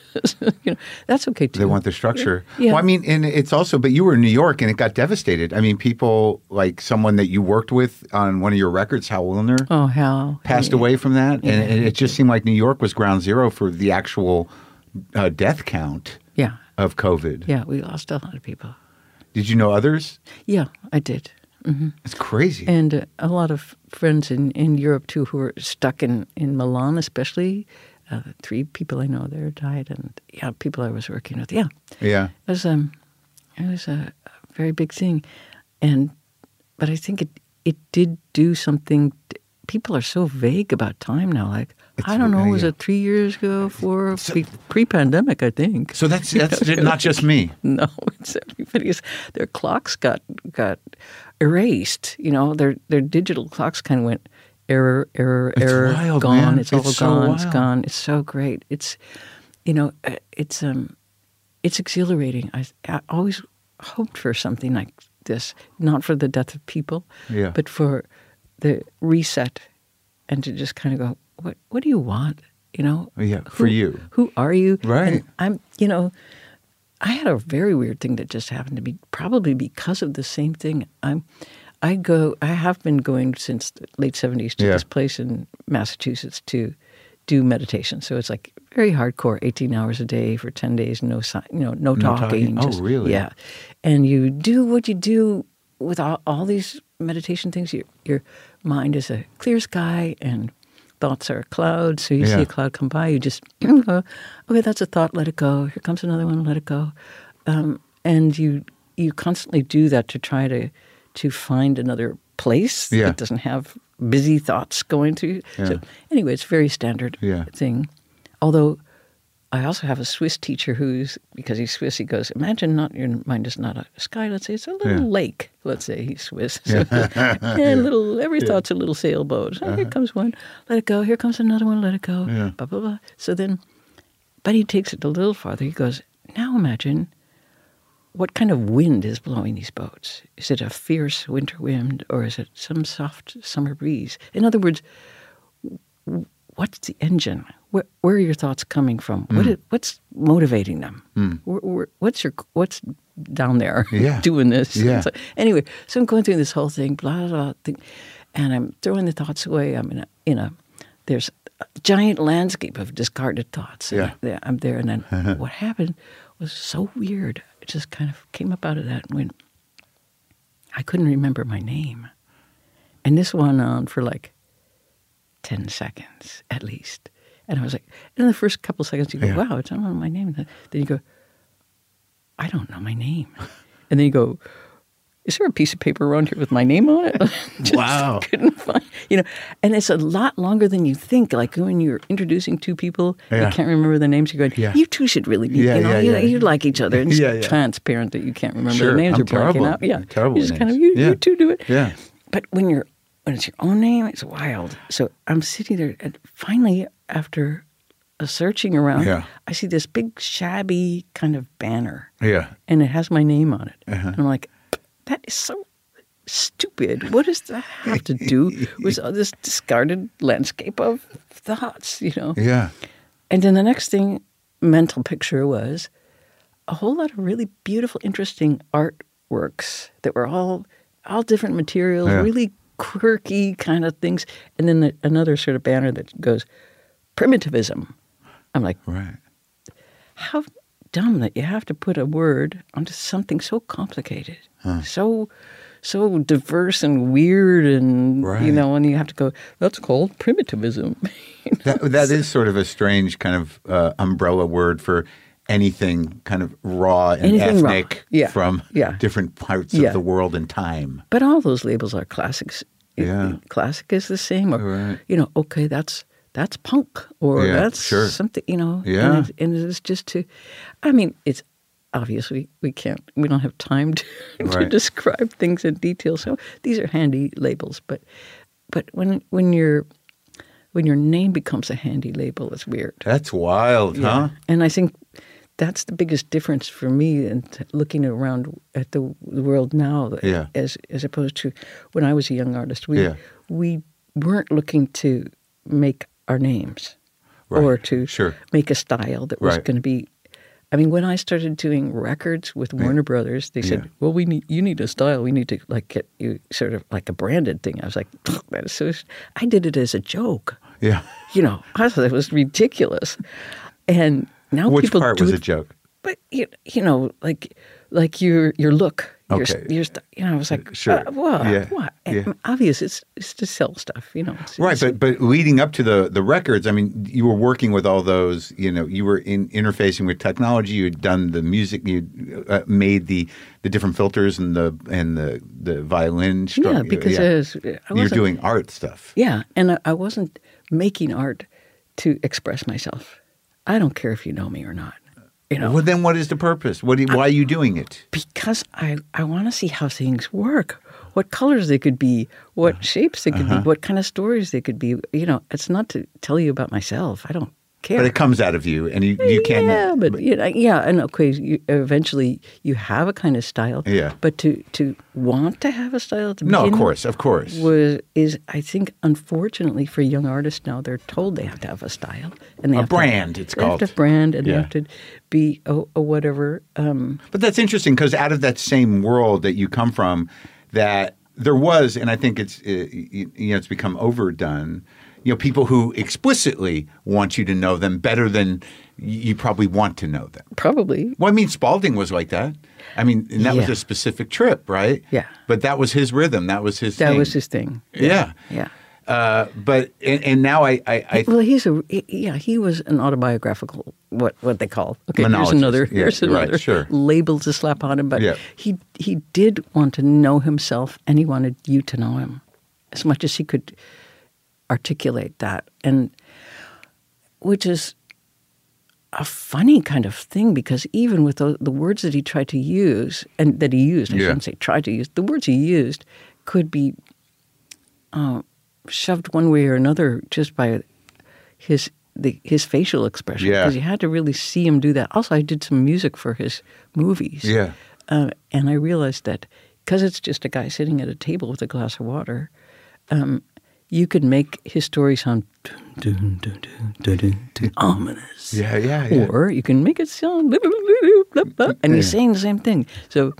B: you know, that's okay too.
A: they want the structure.
B: Yeah.
A: Well, I mean, and it's also, but you were in New York and it got devastated. I mean, people like someone that you worked with on one of your records, Hal Wilner,
B: Oh hell,
A: passed
B: Yeah.
A: away from that, and it, it just seemed like New York was ground zero for the actual uh, death count
B: Yeah,
A: of COVID.
B: yeah, we lost a lot of people.
A: Did you know others?
B: Yeah, I did,
A: It's crazy.
B: and uh, a lot of friends in, in Europe too who were stuck in in Milan, especially. Uh, three people I know there died, and yeah, people I was working with. Yeah,
A: yeah.
B: It was um, it was a, a very big thing, and but I think it it did do something. t- People are so vague about time now. Like
A: It's-
B: I don't know, was
A: yeah.
B: it three years ago, four
A: So-
B: pre- pre-pandemic? I think.
A: So that's that's not just me.
B: No, it's everybody's. Their clocks got got erased. You know, their their digital clocks kind of went error, error,
A: It's
B: error,
A: wild,
B: gone.
A: man.
B: It's all
A: It's so
B: gone. it's
A: wild.
B: gone. It's so great. It's, you know, uh, it's um, it's exhilarating. I, I always hoped for something like this, not for the death of people,
A: Yeah.
B: but for the reset, and to just kind of go, what what do you want? You know,
A: Yeah, for
B: Who-
A: you.
B: Who are you? And
A: Right.
B: I'm, you know, I had a very weird thing that just happened to me, probably because of the same thing. I'm, I go, I have been going since the late '70s to
A: Yeah.
B: this place in Massachusetts to do meditation. So it's like very hardcore, 18 hours a day for 10 days, no sign, you know, no
A: talking.
B: talking.
A: Oh,
B: just-
A: really?
B: Yeah, and you do what you do with all, all these meditation things. Your your mind is a clear sky and. Thoughts are clouds, so you see
A: Yeah.
B: a cloud come by, you just go, okay, that's a thought, let it go. Here comes another one, let it go. Um, and you you constantly do that to try to to find another place
A: Yeah.
B: that doesn't have busy thoughts going through. you.
A: Yeah.
B: So anyway, it's a very standard
A: Yeah.
B: thing. Although I also have a Swiss teacher who's because he's Swiss, he goes, Imagine not your mind is not a sky, let's say it's a little
A: Yeah.
B: lake. Let's say he's Swiss. So, yeah, little every thought's a little sailboat. Oh, Here comes one, let it go, here comes another one, let it go.
A: Yeah.
B: Blah blah blah. So then but he takes it a little farther. He goes, Now imagine what kind of wind is blowing these boats? Is it a fierce winter wind or is it some soft summer breeze? In other words, w- what's the engine? Where, where are your thoughts coming from? What
A: Hmm.
B: is, what's motivating them? Where, where, what's your what's down there
A: Yeah.
B: doing this?
A: Yeah.
B: So- anyway, so I'm going through this whole thing, blah blah, blah thing, and I'm throwing the thoughts away. I'm in a, in a there's a giant landscape of discarded thoughts. And
A: Yeah.
B: there- I'm there, and then what happened was so weird. It just kind of came up out of that and went. I couldn't remember my name, and this went on for like ten seconds at least. And I was like, in the first couple seconds, you go,
A: Yeah.
B: "Wow, it's not my name." Then you go, "I don't know my name," and then you go, "Is there a piece of paper around here with my name on it?" Just
A: Wow.
B: couldn't find, you know. And it's a lot longer than you think. Like when you're introducing two people,
A: Yeah.
B: you can't remember their names. You're going,
A: Yeah.
B: "You two should really be,
A: Yeah,
B: you know,
A: yeah,
B: you,
A: yeah.
B: you like each other." And it's
A: Yeah, yeah.
B: transparent that you can't remember
A: Sure.
B: their names.
A: I'm
B: You're blanking
A: terrible.
B: out. Yeah,
A: Terrible
B: You're just kind of
A: names.
B: you,
A: Yeah.
B: you two do it.
A: Yeah.
B: But when you're when it's your own name, it's wild. So I'm sitting there, and finally, after a searching around,
A: Yeah.
B: I see this big shabby kind of banner,
A: Yeah.
B: and it has my name on it. And I'm like, that is so stupid. What does that have to do with all this discarded landscape of thoughts? You know.
A: Yeah.
B: And then the next thing, mental picture was a whole lot of really beautiful, interesting artworks that were all all different materials,
A: Yeah.
B: really quirky kind of things. And then the, another sort of banner that goes primitivism. I'm like,
A: Right.
B: how dumb that you have to put a word onto something so complicated, so so diverse and weird, and
A: Right.
B: you know, and you have to go. That's called primitivism.
A: That, that is sort of a strange kind of uh, umbrella word for anything kind of raw and
B: Anything raw.
A: ethnic
B: Yeah.
A: from
B: Yeah.
A: different parts
B: Yeah.
A: of the world and time.
B: But all those labels are classics. It-
A: Yeah.
B: classic is the same. Or
A: Right.
B: you know, okay, that's that's punk, or
A: Yeah,
B: that's
A: sure.
B: something. You know,
A: Yeah.
B: And, it, and it's just to, I mean, it's obvious we, we can't we don't have time to, to
A: Right.
B: describe things in detail. So these are handy labels, but but when when your when your name becomes a handy label, it's weird.
A: That's wild, huh?
B: And I think that's the biggest difference for me in t- looking around at the, the world now
A: Yeah.
B: as as opposed to when I was a young artist. We
A: Yeah.
B: we weren't looking to make our names
A: Right.
B: or to
A: Sure.
B: make a style that was
A: Right.
B: going to be I mean, when I started doing records with Warner Brothers, they said,
A: Yeah.
B: "Well, we need you need a style. We need to like get you sort of like a branded thing." I was like, "That is so." I did it as a joke
A: Yeah.
B: you know, I thought it was ridiculous. And now
A: Which
B: people
A: part
B: do
A: was
B: it,
A: a joke?
B: But you, you know, like like your your look, your,
A: Okay.
B: your st- you know, I was like,
A: Sure.
B: uh, what,
A: Yeah.
B: what?
A: Yeah.
B: And Obvious, it's it's to sell stuff, you know. It's,
A: Right,
B: it's-
A: but but leading up to the the records, I mean, you were working with all those. You know, you were in interfacing with technology. You had done the music. You uh, made the the different filters and the and the the violin. stru-
B: yeah, because uh,
A: yeah.
B: I was, I
A: you're
B: wasn't-
A: doing art stuff.
B: yeah, and I, I wasn't making art to express myself. I don't care if you know me or not, you know,
A: Well, then what is the purpose? What? Do you, why are you doing it?
B: because I I want to see how things work. What colors they could be, what shapes they could
A: Uh-huh.
B: be, what kind of stories they could be. You know, it's not to tell you about myself. I don't care.
A: But it comes out of you, and you you can't.
B: Yeah, but, you know, yeah, and okay, you, eventually you have a kind of style.
A: Yeah.
B: But to to want to have a style at the
A: no, of
B: beginning
A: course, of course.
B: was is I think unfortunately for young artists now they're told they have to have a style and they
A: A
B: have to-
A: brand, it's
B: they have to
A: called.
B: have brand and
A: Yeah.
B: they have to be a, a whatever. Um,
A: But that's interesting because out of that same world that you come from, that there was, and I think it's uh, you you know it's become overdone. You know, people who explicitly want you to know them better than you probably want to know them.
B: probably
A: Well, I mean, Spalding was like that. I mean, and that was
B: Yeah.
A: a specific trip, right?
B: Yeah.
A: But that was his rhythm. That was his.
B: that
A: thing.
B: was his thing.
A: Yeah.
B: Yeah.
A: Uh, but and, and now I I, I
B: Well, he's a he- yeah. He was an autobiographical what what they call okay. Here's
A: Monologist.
B: another
A: Yeah,
B: here's
A: right,
B: another
A: sure.
B: label to slap on him, but
A: Yeah.
B: he he did want to know himself, and he wanted you to know him as much as he could articulate that, and which is a funny kind of thing because even with the, the words that he tried to use and that he used, I
A: Yeah.
B: shouldn't say tried to use, the words he used could be shoved one way or another just by his the, his facial expression
A: Yeah.
B: because you had to really see him do that. Also, I did some music for his movies,
A: yeah
B: uh, and I realized that because it's just a guy sitting at a table with a glass of water, um, you could make his story sound dun, dun, dun, dun, dun, dun, dun, ominous,
A: yeah yeah yeah.
B: or you can make it sound blah, blah, blah, blah, blah, blah, and he's saying the same thing. So,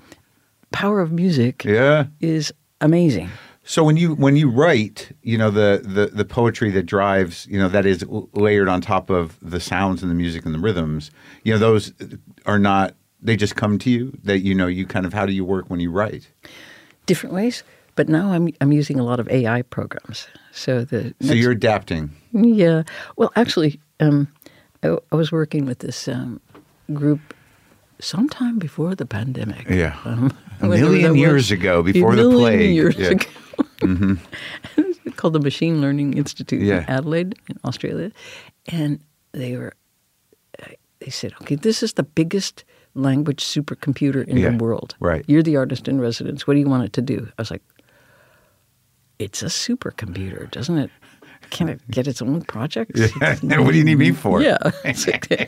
B: power of music
A: yeah.
B: is amazing.
A: So when you when you write, you know the the the poetry that drives, you know that is l- layered on top of the sounds and the music and the rhythms. You know those are not they just come to you that you know you kind of how do you work when you write?
B: different ways. But now I'm I'm using a lot of AI programs. So the
A: So you're adapting.
B: yeah. Well, actually, um, I, I was working with this um, group sometime before the pandemic.
A: Yeah.
B: Um,
A: A
B: whenever
A: million
B: that
A: years
B: was.
A: ago,
B: A
A: before the
B: million
A: plague.
B: years
A: Yeah. Mm-hmm.
B: ago. called the Machine Learning Institute
A: Yeah.
B: in Adelaide, in Australia, and they were uh, they said, okay, this is the biggest language supercomputer in
A: Yeah,
B: the world.
A: right.
B: You're the artist in residence. What do you want it to do? I was like, it's a supercomputer, doesn't it? Can it get its own projects?
A: what do you need me for?
B: Yeah. It's okay.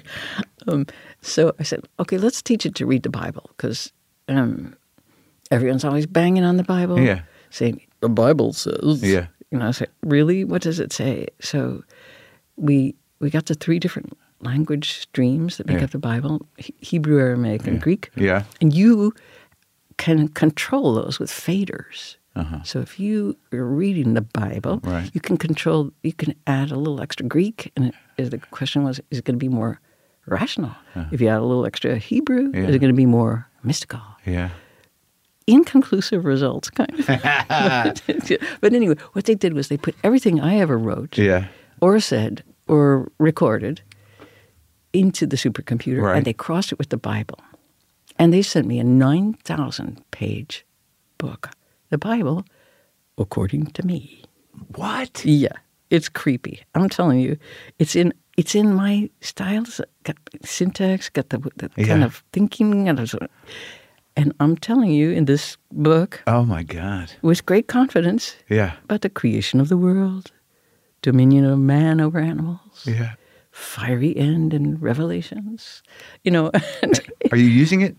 B: um, so I said, okay, let's teach it to read the Bible because um, everyone's always banging on the Bible.
A: Yeah.
B: Saying, the Bible says.
A: Yeah.
B: You know, I said, really? What does it say? So we we got to three different language streams that make
A: Yeah.
B: up the Bible He- Hebrew, Aramaic, and Greek.
A: Yeah.
B: And you can control those with faders. So if you are reading the Bible,
A: Uh-huh. Right.
B: you can control. You can add a little extra Greek, and it, is- the question was, is it going to be more rational? If you add a little extra Hebrew,
A: Uh-huh. Yeah.
B: is it going to be more mystical?
A: Yeah.
B: inconclusive results, kind of. but anyway, what they did was they put everything I ever wrote
A: Yeah.
B: or said or recorded into the supercomputer
A: Right.
B: and they crossed it with the Bible. And they sent me a 9,000 page book, the Bible, according to me.
A: What?
B: Yeah, it's creepy. I'm telling you, it's in it's in my styles, got syntax, got the, the kind
A: Yeah.
B: of thinking, and, I was- and I'm telling you, in this book,
A: Oh my God.
B: with great confidence,
A: Yeah.
B: about the creation of the world, dominion of man over animals,
A: Yeah.
B: fiery end in Revelations. You know, and-
A: Are you using it?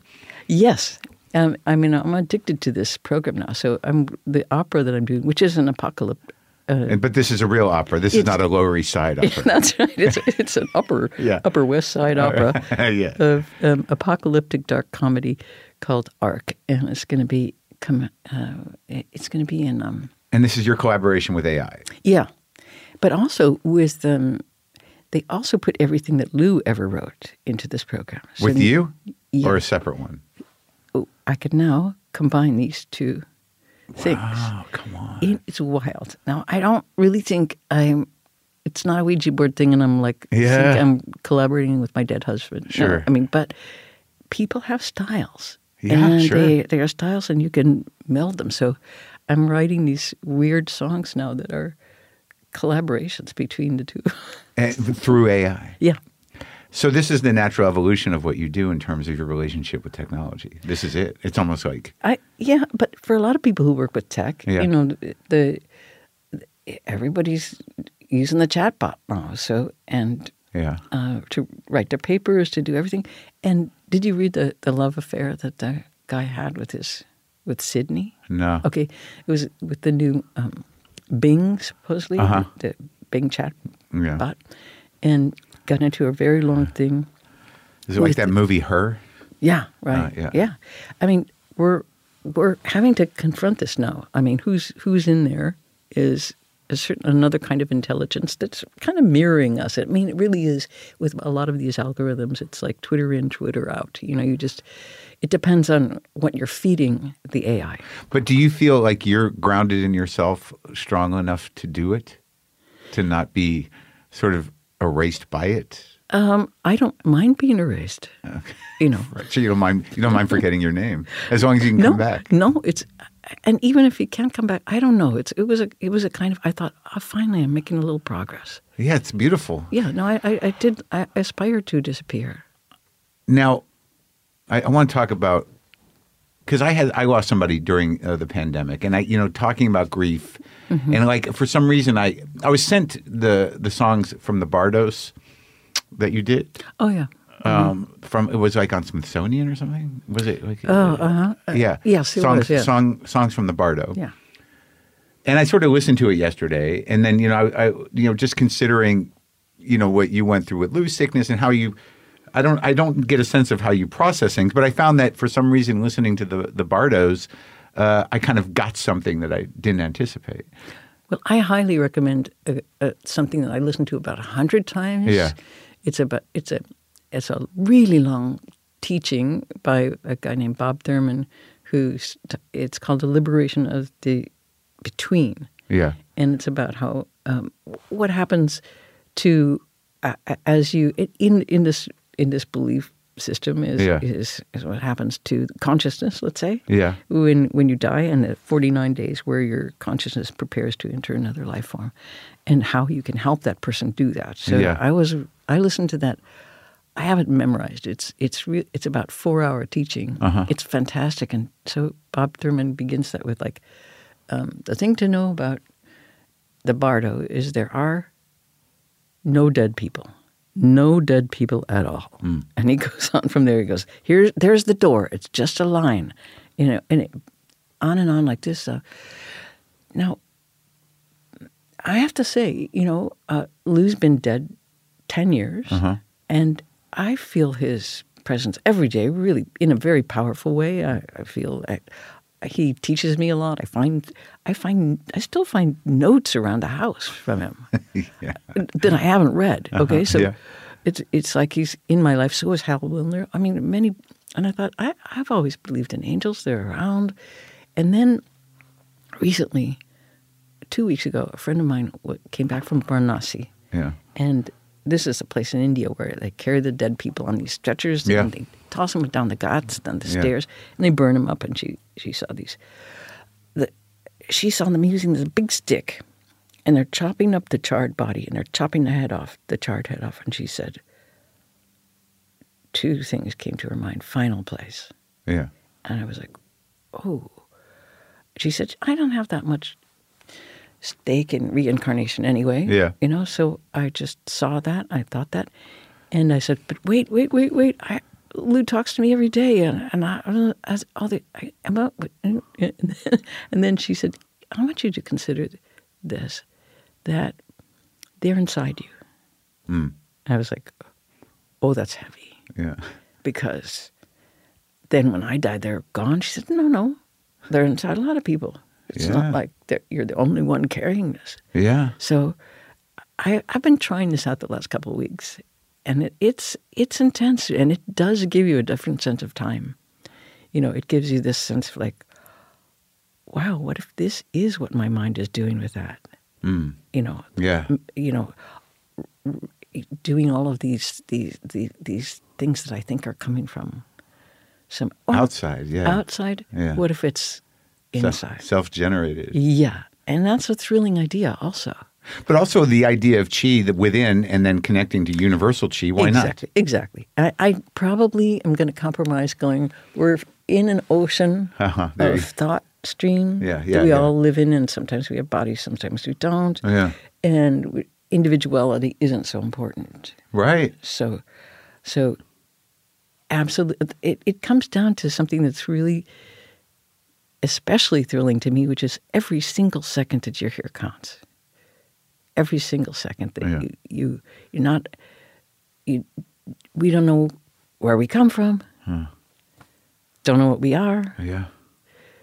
B: yes. Um, I mean, I'm addicted to this program now. So I'm the opera that I'm doing, which is an apocalypse. Uh,
A: And, but this is a real opera. This is
B: It's-
A: not a Lower East Side opera.
B: That's right. It's, it's an upper
A: Yeah.
B: upper West Side opera
A: yeah.
B: of um, apocalyptic dark comedy called Arc, and it's going to be come. Uh, it's going to be in um,
A: And this is your collaboration with AI.
B: yeah, but also with um, they also put everything that Lou ever wrote into this program. So
A: With you?
B: Yeah.
A: Or a separate one?
B: oh, I could now combine these two things.
A: Oh, come on.
B: It- it's wild. Now I don't really think I'm. It's not a Ouija board thing, and I'm like,
A: Yeah.
B: think I'm collaborating with my dead husband. No,
A: Sure.
B: I mean, but people have styles.
A: Yeah,
B: and
A: sure.
B: They, they are styles, and you can meld them. So I'm writing these weird songs now that are collaborations between the two.
A: And through AI.
B: yeah.
A: So this is the natural evolution of what you do in terms of your relationship with technology. This is it. It's almost like
B: I yeah, but for a lot of people who work with tech,
A: Yeah.
B: you know, the, everybody's using the chatbot now. So and
A: yeah.
B: uh, to write their papers, to do everything. And did you read the the love affair that the guy had with his with Sydney?
A: No.
B: Okay, it was with the new um, Bing supposedly
A: Uh-huh.
B: the Bing chat
A: Yeah.
B: bot, and got into a very long thing.
A: Is it like
B: with
A: that
B: the-
A: movie Her?
B: Yeah, right.
A: Uh, yeah.
B: yeah. I mean, we're we're having to confront this now. I mean, who's who's in there is a certain another kind of intelligence that's kind of mirroring us. I mean, it really is with a lot of these algorithms. It's like Twitter in, Twitter out. You know, you just it depends on what you're feeding the AI.
A: But do you feel like you're grounded in yourself strong enough to do it? To not be sort of erased by it?
B: Um, I don't mind being erased. You know,
A: Right. So you don't mind you don't mind forgetting your name. As long as you can
B: no,
A: come back.
B: no, it's and even if you can't come back, I don't know. It's it was a it was a kind of I thought oh, finally I'm making a little progress.
A: Yeah, it's beautiful.
B: Yeah, no, I, I, I did. I aspire to disappear.
A: Now, I, I want to talk about because I had I lost somebody during uh, the pandemic, and I you know talking about grief,
B: Mm-hmm.
A: and like for some reason I I was sent the the songs from the Bardos that you did
B: Oh yeah.
A: um, from it was like on Smithsonian or something was it like
B: Oh, uh-huh. uh
A: yeah
B: yes, it
A: songs
B: was, yeah.
A: song songs from the Bardo
B: yeah.
A: and I sort of listened to it yesterday, and then you know, I, I you know, just considering, you know, what you went through with Lou's sickness and how you, I don't, I don't get a sense of how you process things, but I found that for some reason, listening to the the Bardos, uh, I kind of got something that I didn't anticipate.
B: Well, I highly recommend uh uh something that I listened to about a hundred times.
A: Yeah.
B: It's about it's a it's a really long teaching by a guy named Bob Thurman, who's it's called the liberation of the between.
A: Yeah,
B: and it's about how um, what happens to uh, as you in in this in this belief system is,
A: Yeah.
B: is is what happens to consciousness. Let's say
A: Yeah.
B: when when you die and the forty nine days where your consciousness prepares to enter another life form, and how you can help that person do that. So
A: Yeah.
B: I was I listened to that. I haven't memorized. It's it's re- it's about four hour teaching.
A: Uh-huh.
B: It's fantastic, and so Bob Thurman begins that with like um, the thing to know about the bardo is there are no dead people no dead people at all
A: Mm.
B: and he goes on from there he goes here's there's the door it's just a line you know and it, on and on like this uh, now i have to say you know uh, lou's been dead 10 years and i feel his presence every day really in a very powerful way i, I feel I, he teaches me a lot i find i find i still find notes around the house from him
A: yeah,
B: that I haven't read. Okay, so
A: yeah.
B: it's it's like he's in my life. So is Hal Wilner. I mean, many And I thought, I, I've always believed in angels, they're around. And then recently, two weeks ago, a friend of mine w- came back from Varanasi.
A: Yeah.
B: And this is a place in India where they carry the dead people on these stretchers
A: Yeah.
B: and they toss them down the ghats, down the
A: Yeah.
B: stairs, and they burn them up. And she, she saw these. The, she saw them using this big stick and they're chopping up the charred body and they're chopping the head off, the charred head off. And she said, two things came to her mind final place.
A: Yeah.
B: And I was like, oh. She said, I don't have that much stake in reincarnation anyway.
A: Yeah.
B: You know, so I just saw that. I thought that. And I said, but wait, wait, wait, wait. I, Lou talks to me every day. And, and I, I was- all the, I, I'm out. with- And then- and then she said, I want you to consider this that they're inside you. I was like, oh, that's heavy
A: Yeah.
B: because then when I die, they're gone. She said, No, no, they're inside a lot of people. It's
A: Yeah.
B: not like they're- you're the only one carrying this.
A: Yeah.
B: So I, I've been trying this out the last couple of weeks, and it, it's it's intense, and it does give you a different sense of time. You know, it gives you this sense of like, wow, what if this is what my mind is doing with that?
A: Mm.
B: You know,
A: Yeah.
B: m- you know, r- doing all of these these these, these things that I think are coming from some oh,
A: Outside. Yeah.
B: outside.
A: Yeah.
B: What if it's inside?
A: Self generated.
B: yeah, and that's a thrilling idea, also.
A: But also the idea of chi that within and then connecting to universal chi. Why
B: exactly, Exactly. I, I probably am going to compromise. Going, we're in an ocean
A: Uh-huh, there
B: of
A: you-
B: thought stream
A: Yeah,
B: that
A: yeah,
B: we
A: yeah.
B: all live in, and sometimes we have bodies, sometimes we don't.
A: not? Yeah.
B: And we, individuality isn't so important.
A: Right.
B: So, so absolutely, it, it comes down to something that's really especially thrilling to me, which is every single second that you're here counts. Every single second that
A: Yeah.
B: you, you you're not you we don't know where we come from,
A: Hmm.
B: don't know what we are,
A: Yeah.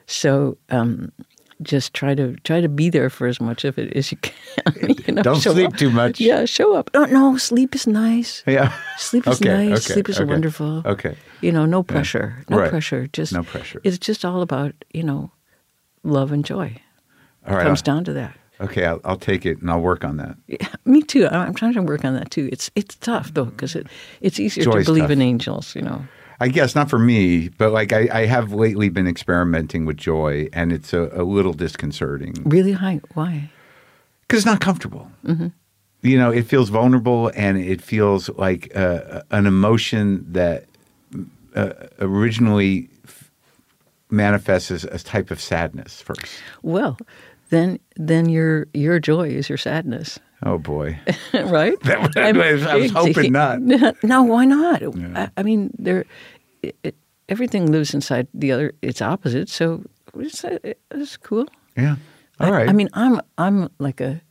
B: so. um just try to try to be there for as much of it as you can. You know,
A: Don't
B: show
A: sleep
B: up.
A: too much.
B: Yeah, show up. No, no, sleep is nice.
A: Yeah.
B: Sleep is
A: Okay,
B: nice.
A: okay,
B: Sleep is
A: okay,
B: wonderful.
A: okay.
B: You know, no pressure. No
A: Right.
B: pressure. Just
A: No pressure.
B: It's just all about you know, love and joy.
A: All right.
B: Comes
A: I'll-
B: down to that.
A: Okay. I'll, I'll take it and I'll work on that.
B: Yeah, me too. I- I'm trying to work on that too. It's it's tough though because it it's easier
A: Joy's
B: to believe
A: tough.
B: in angels. You know.
A: I guess not for me, but like I, I have lately been experimenting with joy and it's a, a little disconcerting because
B: Really high. Why?
A: it's not comfortable. Mm-hmm. You know, it feels vulnerable and it feels like uh, an emotion that uh, originally f- manifests as a type of sadness first.
B: Well, then then your your joy is your sadness,
A: Oh boy.
B: right?
A: That- I was- I was hoping not.
B: no, why not? I, I mean, there, it, it, everything lives inside the other. It's opposite, so it's, uh, it's cool.
A: Yeah. All
B: I-
A: right.
B: I, mean, I'm I'm like a,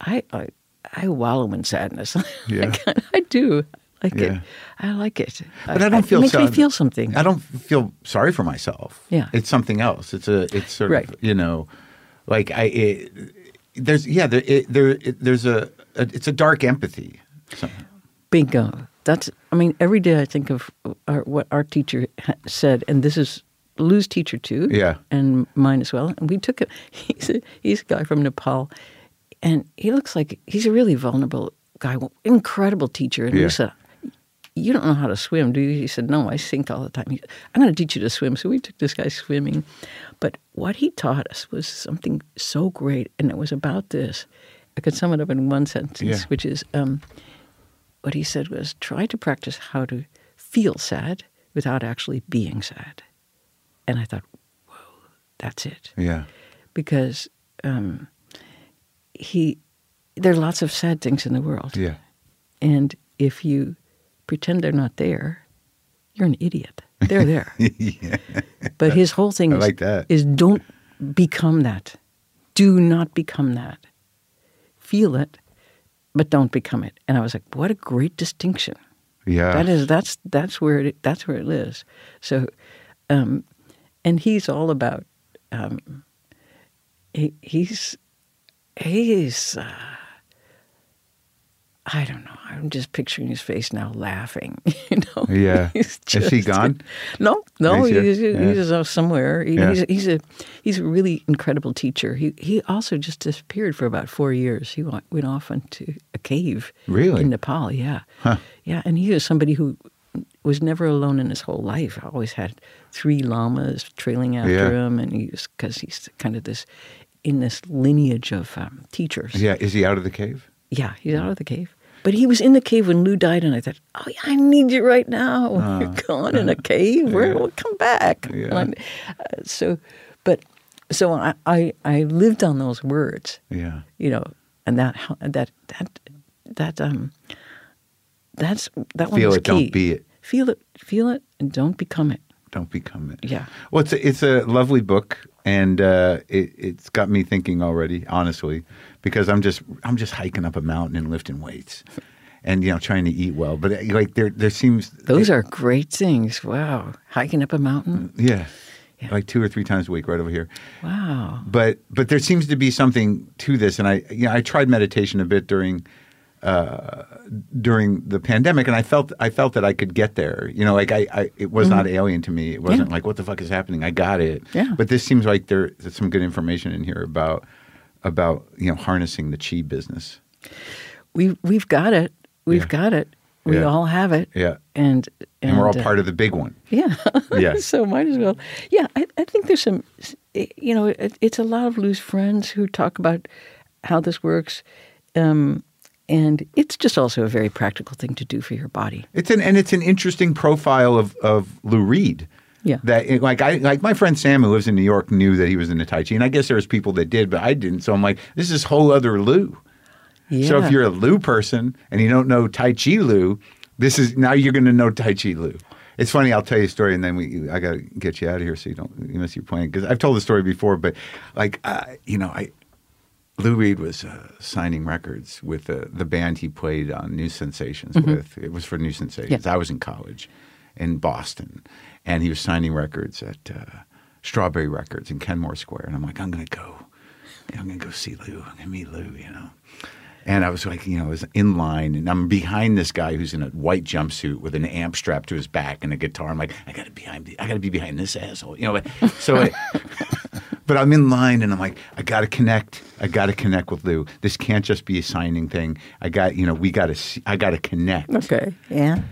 B: I I, I wallow in sadness.
A: Yeah.
B: I, do. I like
A: Yeah.
B: it. I like it.
A: But I don't feel
B: it makes me
A: sad.
B: feel something.
A: I don't feel sorry for myself.
B: Yeah.
A: it's something else. It's a it's sort
B: Right.
A: of you know, like I it, there's yeah there it, there it, there's a, a it's a dark empathy. So-
B: Bingo. That's. I mean, every day I think of uh, our, what our teacher ha- said, and this is Lou's teacher too.
A: Yeah.
B: and mine as well. And we took him. He's a, he's a guy from Nepal, and he looks like he's a really vulnerable guy. Incredible teacher. And
A: Yeah.
B: we said, "You don't know how to swim, do you?" He said, "No, I sink all the time." He said, I'm going to teach you to swim. So we took this guy swimming, but what he taught us was something so great, and it was about this. I could sum it up in one sentence,
A: Yeah.
B: which is. Um, what he said was try to practice how to feel sad without actually being sad. And I thought, whoa, that's it.
A: yeah,
B: Because um, he, there are lots of sad things in the world.
A: yeah,
B: And if you pretend they're not there, you're an idiot. They're there.
A: yeah.
B: But his whole thing
A: I
B: is,
A: like that.
B: is don't become that. Do not become that. Feel it, but don't become it. And I was like, what a great distinction.
A: yeah.
B: That is that's that's where it that's where it lives. So, um, and he's all about. Um, he, he's he's uh, I don't know. I'm just picturing his face now, laughing. You know.
A: Yeah.
B: He's
A: Is he gone?
B: No, no.
A: He's
B: He's
A: here?
B: he's,
A: Yeah.
B: off somewhere. He-
A: Yeah.
B: He's, he's a he's a really incredible teacher. He he also just disappeared for about four years. He went, went off into a cave.
A: Really?
B: In Nepal. Yeah. Yeah, and he was somebody who was never alone in his whole life. I always had three llamas trailing after
A: Yeah.
B: him, and he was because he's kind of this in this lineage of um, teachers.
A: Yeah. Is he out of the cave?
B: Yeah, he's out of the cave. But he was in the cave when Lou died, and I thought, "Oh, yeah, I need you right now. You're gone in a cave. Where we'll come back."
A: Uh, Yeah.
B: And, uh, so, but so I, I I lived on those words,
A: Yeah.
B: you know, and that hel- that that that um that's that one
A: Feel
B: was
A: it, don't
B: key.
A: be it.
B: Feel it, feel it, and don't become it.
A: Don't become it.
B: Yeah.
A: Well, it's a, it's a lovely book, and uh, it, it's got me thinking already, honestly, because I'm just I'm just hiking up a mountain and lifting weights, and you know trying to eat well. But uh, like there there seems
B: Those are great things. Wow, hiking up a mountain.
A: yeah, like two or three times a week right over here.
B: Wow.
A: But but there seems to be something to this, and I you know, I tried meditation a bit during. uh, during the pandemic, and I felt I felt that I could get there. You know, like I, I it was not alien to me. It wasn't
B: Mm-hmm. Yeah.
A: like what the fuck is happening. I got it.
B: Yeah.
A: But this seems like there- there's some good information in here about about you know harnessing the chi business.
B: we we've got it. We've
A: Yeah.
B: got it. We
A: Yeah.
B: all have it.
A: Yeah.
B: And and, uh,
A: And, we're all part of the big one.
B: Yeah.
A: Yes.
B: so might as well. Yeah, I, I think there's some. You know, it, it's a lot of loose friends who talk about how this works, um, and it's just also a very practical thing to do for your body.
A: It's an and it's an interesting profile of of Lou Reed.
B: Yeah.
A: That it- like I like my friend Sam who lives in New York knew that he was into Tai Chi, and I guess there was people that did, but I didn't. So I'm like, this is whole other Lou.
B: Yeah.
A: So if you're a Lou person and you don't know Tai Chi Lou, this is now you're going to know Tai Chi Lou. It's funny. I'll tell you a story, and then we I got to get you out of here so you don't you miss your plane because I've told the story before. But like uh, you know, I Lou Reed was uh, signing records with uh, the band he played on New Sensations with. It was for New Sensations. I was in college in Boston, and he was signing records at uh, Strawberry Records in Kenmore Square. And I'm like, I'm going to go. I'm going to go see Lou. I'm going to meet Lou, you know. And I was like, you know, I was in line, and I'm behind this guy who's in a white jumpsuit with an amp strapped to his back and a guitar. I'm like, I gotta be behind, the- I gotta be behind this asshole, you know. but- So, I, but I'm in line, and I'm like, I gotta connect. I gotta connect with Lou. This can't just be a signing thing. I got, you know, we gotta, see, I gotta connect.
B: okay. Yeah.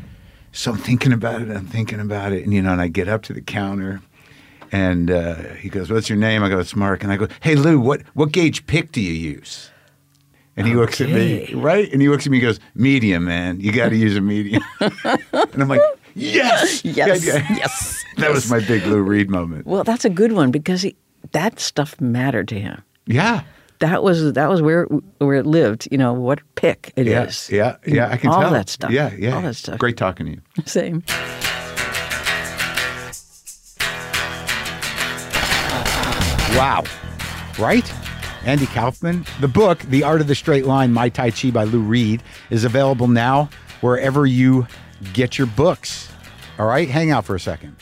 A: So I'm thinking about it. I'm thinking about it, and you know, and I get up to the counter, and uh, he goes, "What's your name?" I go, "It's Mark." And I go, "Hey Lou, what what gauge pick do you use?" And he looks at me,
B: Okay.
A: right? And he looks at me, and goes, "Medium, man. You got to use a medium." and I'm like, "Yes,
B: Yes.
A: Yeah, yeah.
B: Yes.
A: That was my big Lou Reed moment.
B: Well, that's a good one because he, that stuff mattered to him.
A: Yeah,
B: That was that was where where it lived. You know what pick it is.
A: yeah, yeah, yeah. I can
B: all
A: tell
B: that stuff.
A: Yeah, yeah,
B: all that stuff.
A: Great talking to you.
B: Same.
A: Wow. Right? Andy Kaufman. The book, The Art of the Straight Line, My Tai Chi by Lou Reed, is available now wherever you get your books. All right, hang out for a second.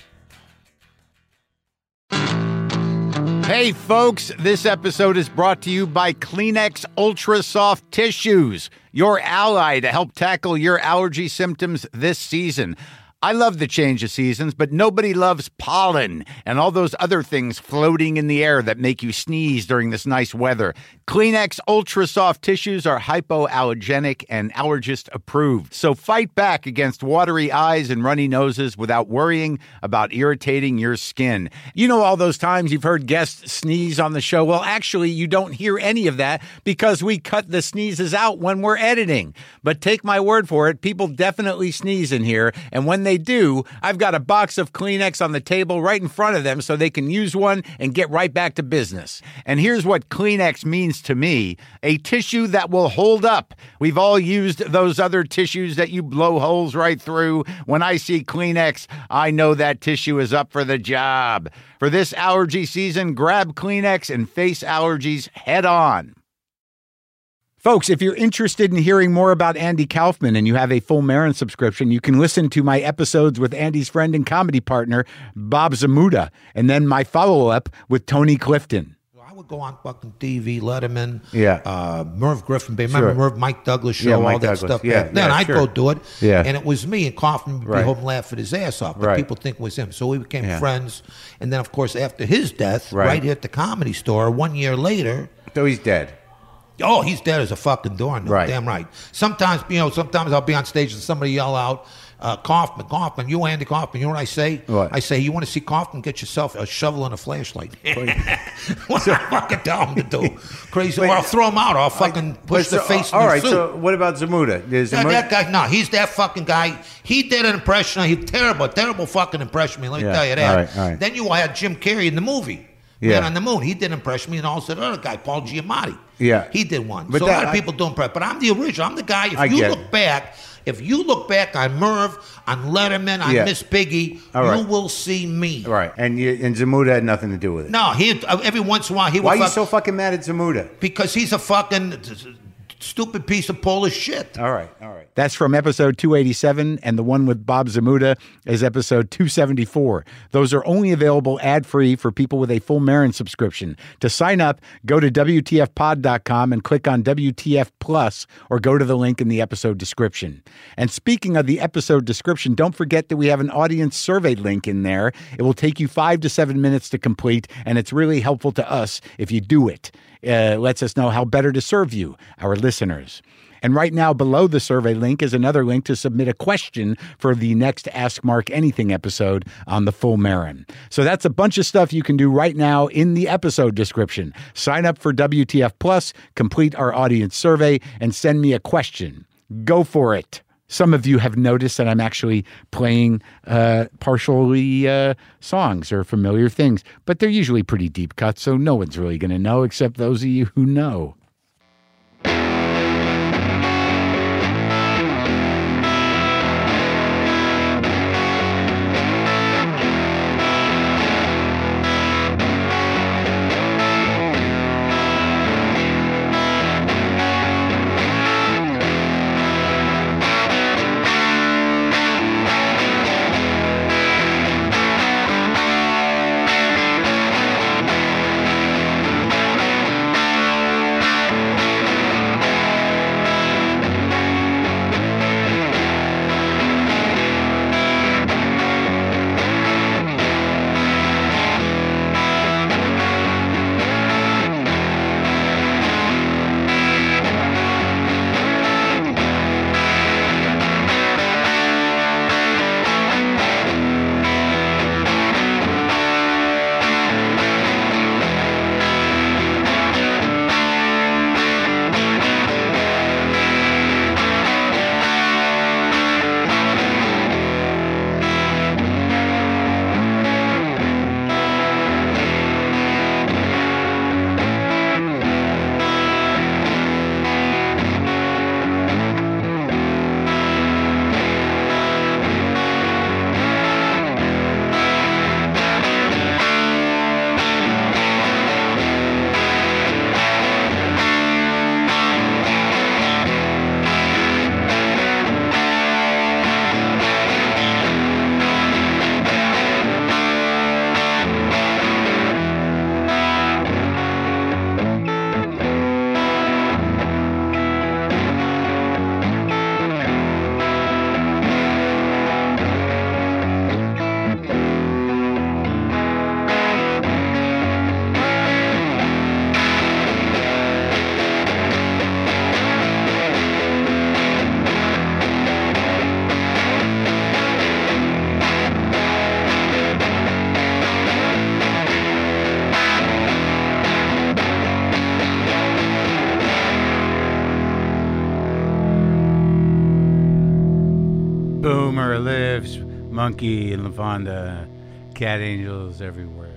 A: Hey, folks, this episode is brought to you by Kleenex Ultra Soft Tissues, your ally to help tackle your allergy symptoms this season. I love the change of seasons, but nobody loves pollen and all those other things floating in the air that make you sneeze during this nice weather. Kleenex Ultra Soft Tissues are hypoallergenic and allergist approved. So fight back against watery eyes and runny noses without worrying about irritating your skin. You know, all those times you've heard guests sneeze on the show. Well, actually, you don't hear any of that because we cut the sneezes out when we're editing. But take my word for it, people definitely sneeze in here. And when they do, I've got a box of Kleenex on the table right in front of them so they can use one and get right back to business. And here's what Kleenex means to me a tissue that will hold up. We've all used those other tissues that you blow holes right through. When I see Kleenex, I know that tissue is up for the job. For this allergy season, grab Kleenex and face allergies head on. Folks, if you're interested in hearing more about Andy Kaufman and you have a full Marin subscription, you can listen to my episodes with Andy's friend and comedy partner, Bob Zamuda, and then my follow up with Tony Clifton.
C: would go on fucking TV, Letterman,
A: Yeah.
C: uh, Merv Griffin. Band. Remember
A: Sure.
C: Merv, Mike Douglas show,
A: Yeah,
C: all
A: Mike
C: that
A: Douglas.
C: stuff.
A: Yeah,
C: back then
A: yeah,
C: I'd
A: sure.
C: go do it.
A: Yeah.
C: and it was me, and Kaufman would
A: Right.
C: be home laughing his ass off, but
A: Right.
C: people think it was him. So we became
A: Yeah.
C: friends, and then of course after his death,
A: Right.
C: right. here at the Comedy Store, one year later.
A: Though he's dead.
C: Oh, he's dead as a fucking doornail.
A: Right.
C: Damn right. Sometimes, you know, sometimes I'll be on stage and somebody yell out, uh, Kaufman, Kaufman, you Andy Kaufman. You know what I say?
A: What?
C: I say, you want to see Kaufman? Get yourself a shovel and a flashlight. what the fuck I tell him to do? Crazy.
D: Wait.
C: or I'll throw him out. Or I'll fucking push the
D: so,
C: face. in
D: All
C: the
D: right.
C: suit.
D: So what about Zamuda? Is
C: Yeah,
D: Zamuda-
C: that guy, no, he's that fucking guy. He did an impression. He terrible, terrible fucking impression. of Me, let me
A: Yeah,
C: tell you that.
A: all right, all right.
C: Then you had Jim Carrey in the movie.
A: Yeah.
C: Man on the Moon. He did an impression. of Me and also the other guy, Paul Giamatti.
A: Yeah.
C: he did one.
A: But
C: so
A: that-
C: a lot of
A: I-
C: people don't prep. But I'm the original. I'm the guy. If
A: I
C: you
A: get
C: look
A: it.
C: back, if you look back on Merv, on Letterman, on
A: Yeah.
C: Miss Piggy,
A: All right.
C: you will see me.
D: Right. And you, and Zamuda had nothing to do with it.
C: No, he uh, every once in a while he
D: Why
C: would
D: are you
C: fuck-
D: so fucking mad at Zamuda?
C: because he's a fucking stupid piece of Polish shit.
D: All right. All right.
A: That's from episode 287, and the one with Bob Zamuda is episode 274. Those are only available ad free for people with a full Marin subscription. To sign up, go to WTFpod.com and click on WTF Plus or go to the link in the episode description. And speaking of the episode description, don't forget that we have an audience survey link in there. It will take you five to seven minutes to complete, and it's really helpful to us if you do it. Uh, it lets us know how better to serve you, our listeners. And right now, below the survey link is another link to submit a question for the next Ask Mark Anything episode on the Full Marin. So that's a bunch of stuff you can do right now in the episode description. Sign up for WTF Plus, complete our audience survey, and send me a question. Go for it. Some of you have noticed that I'm actually playing uh, partially uh, songs or familiar things, but they're usually pretty deep cuts, so no one's really going to know except those of you who know. Boomer lives, monkey and Lafonda, cat angels everywhere.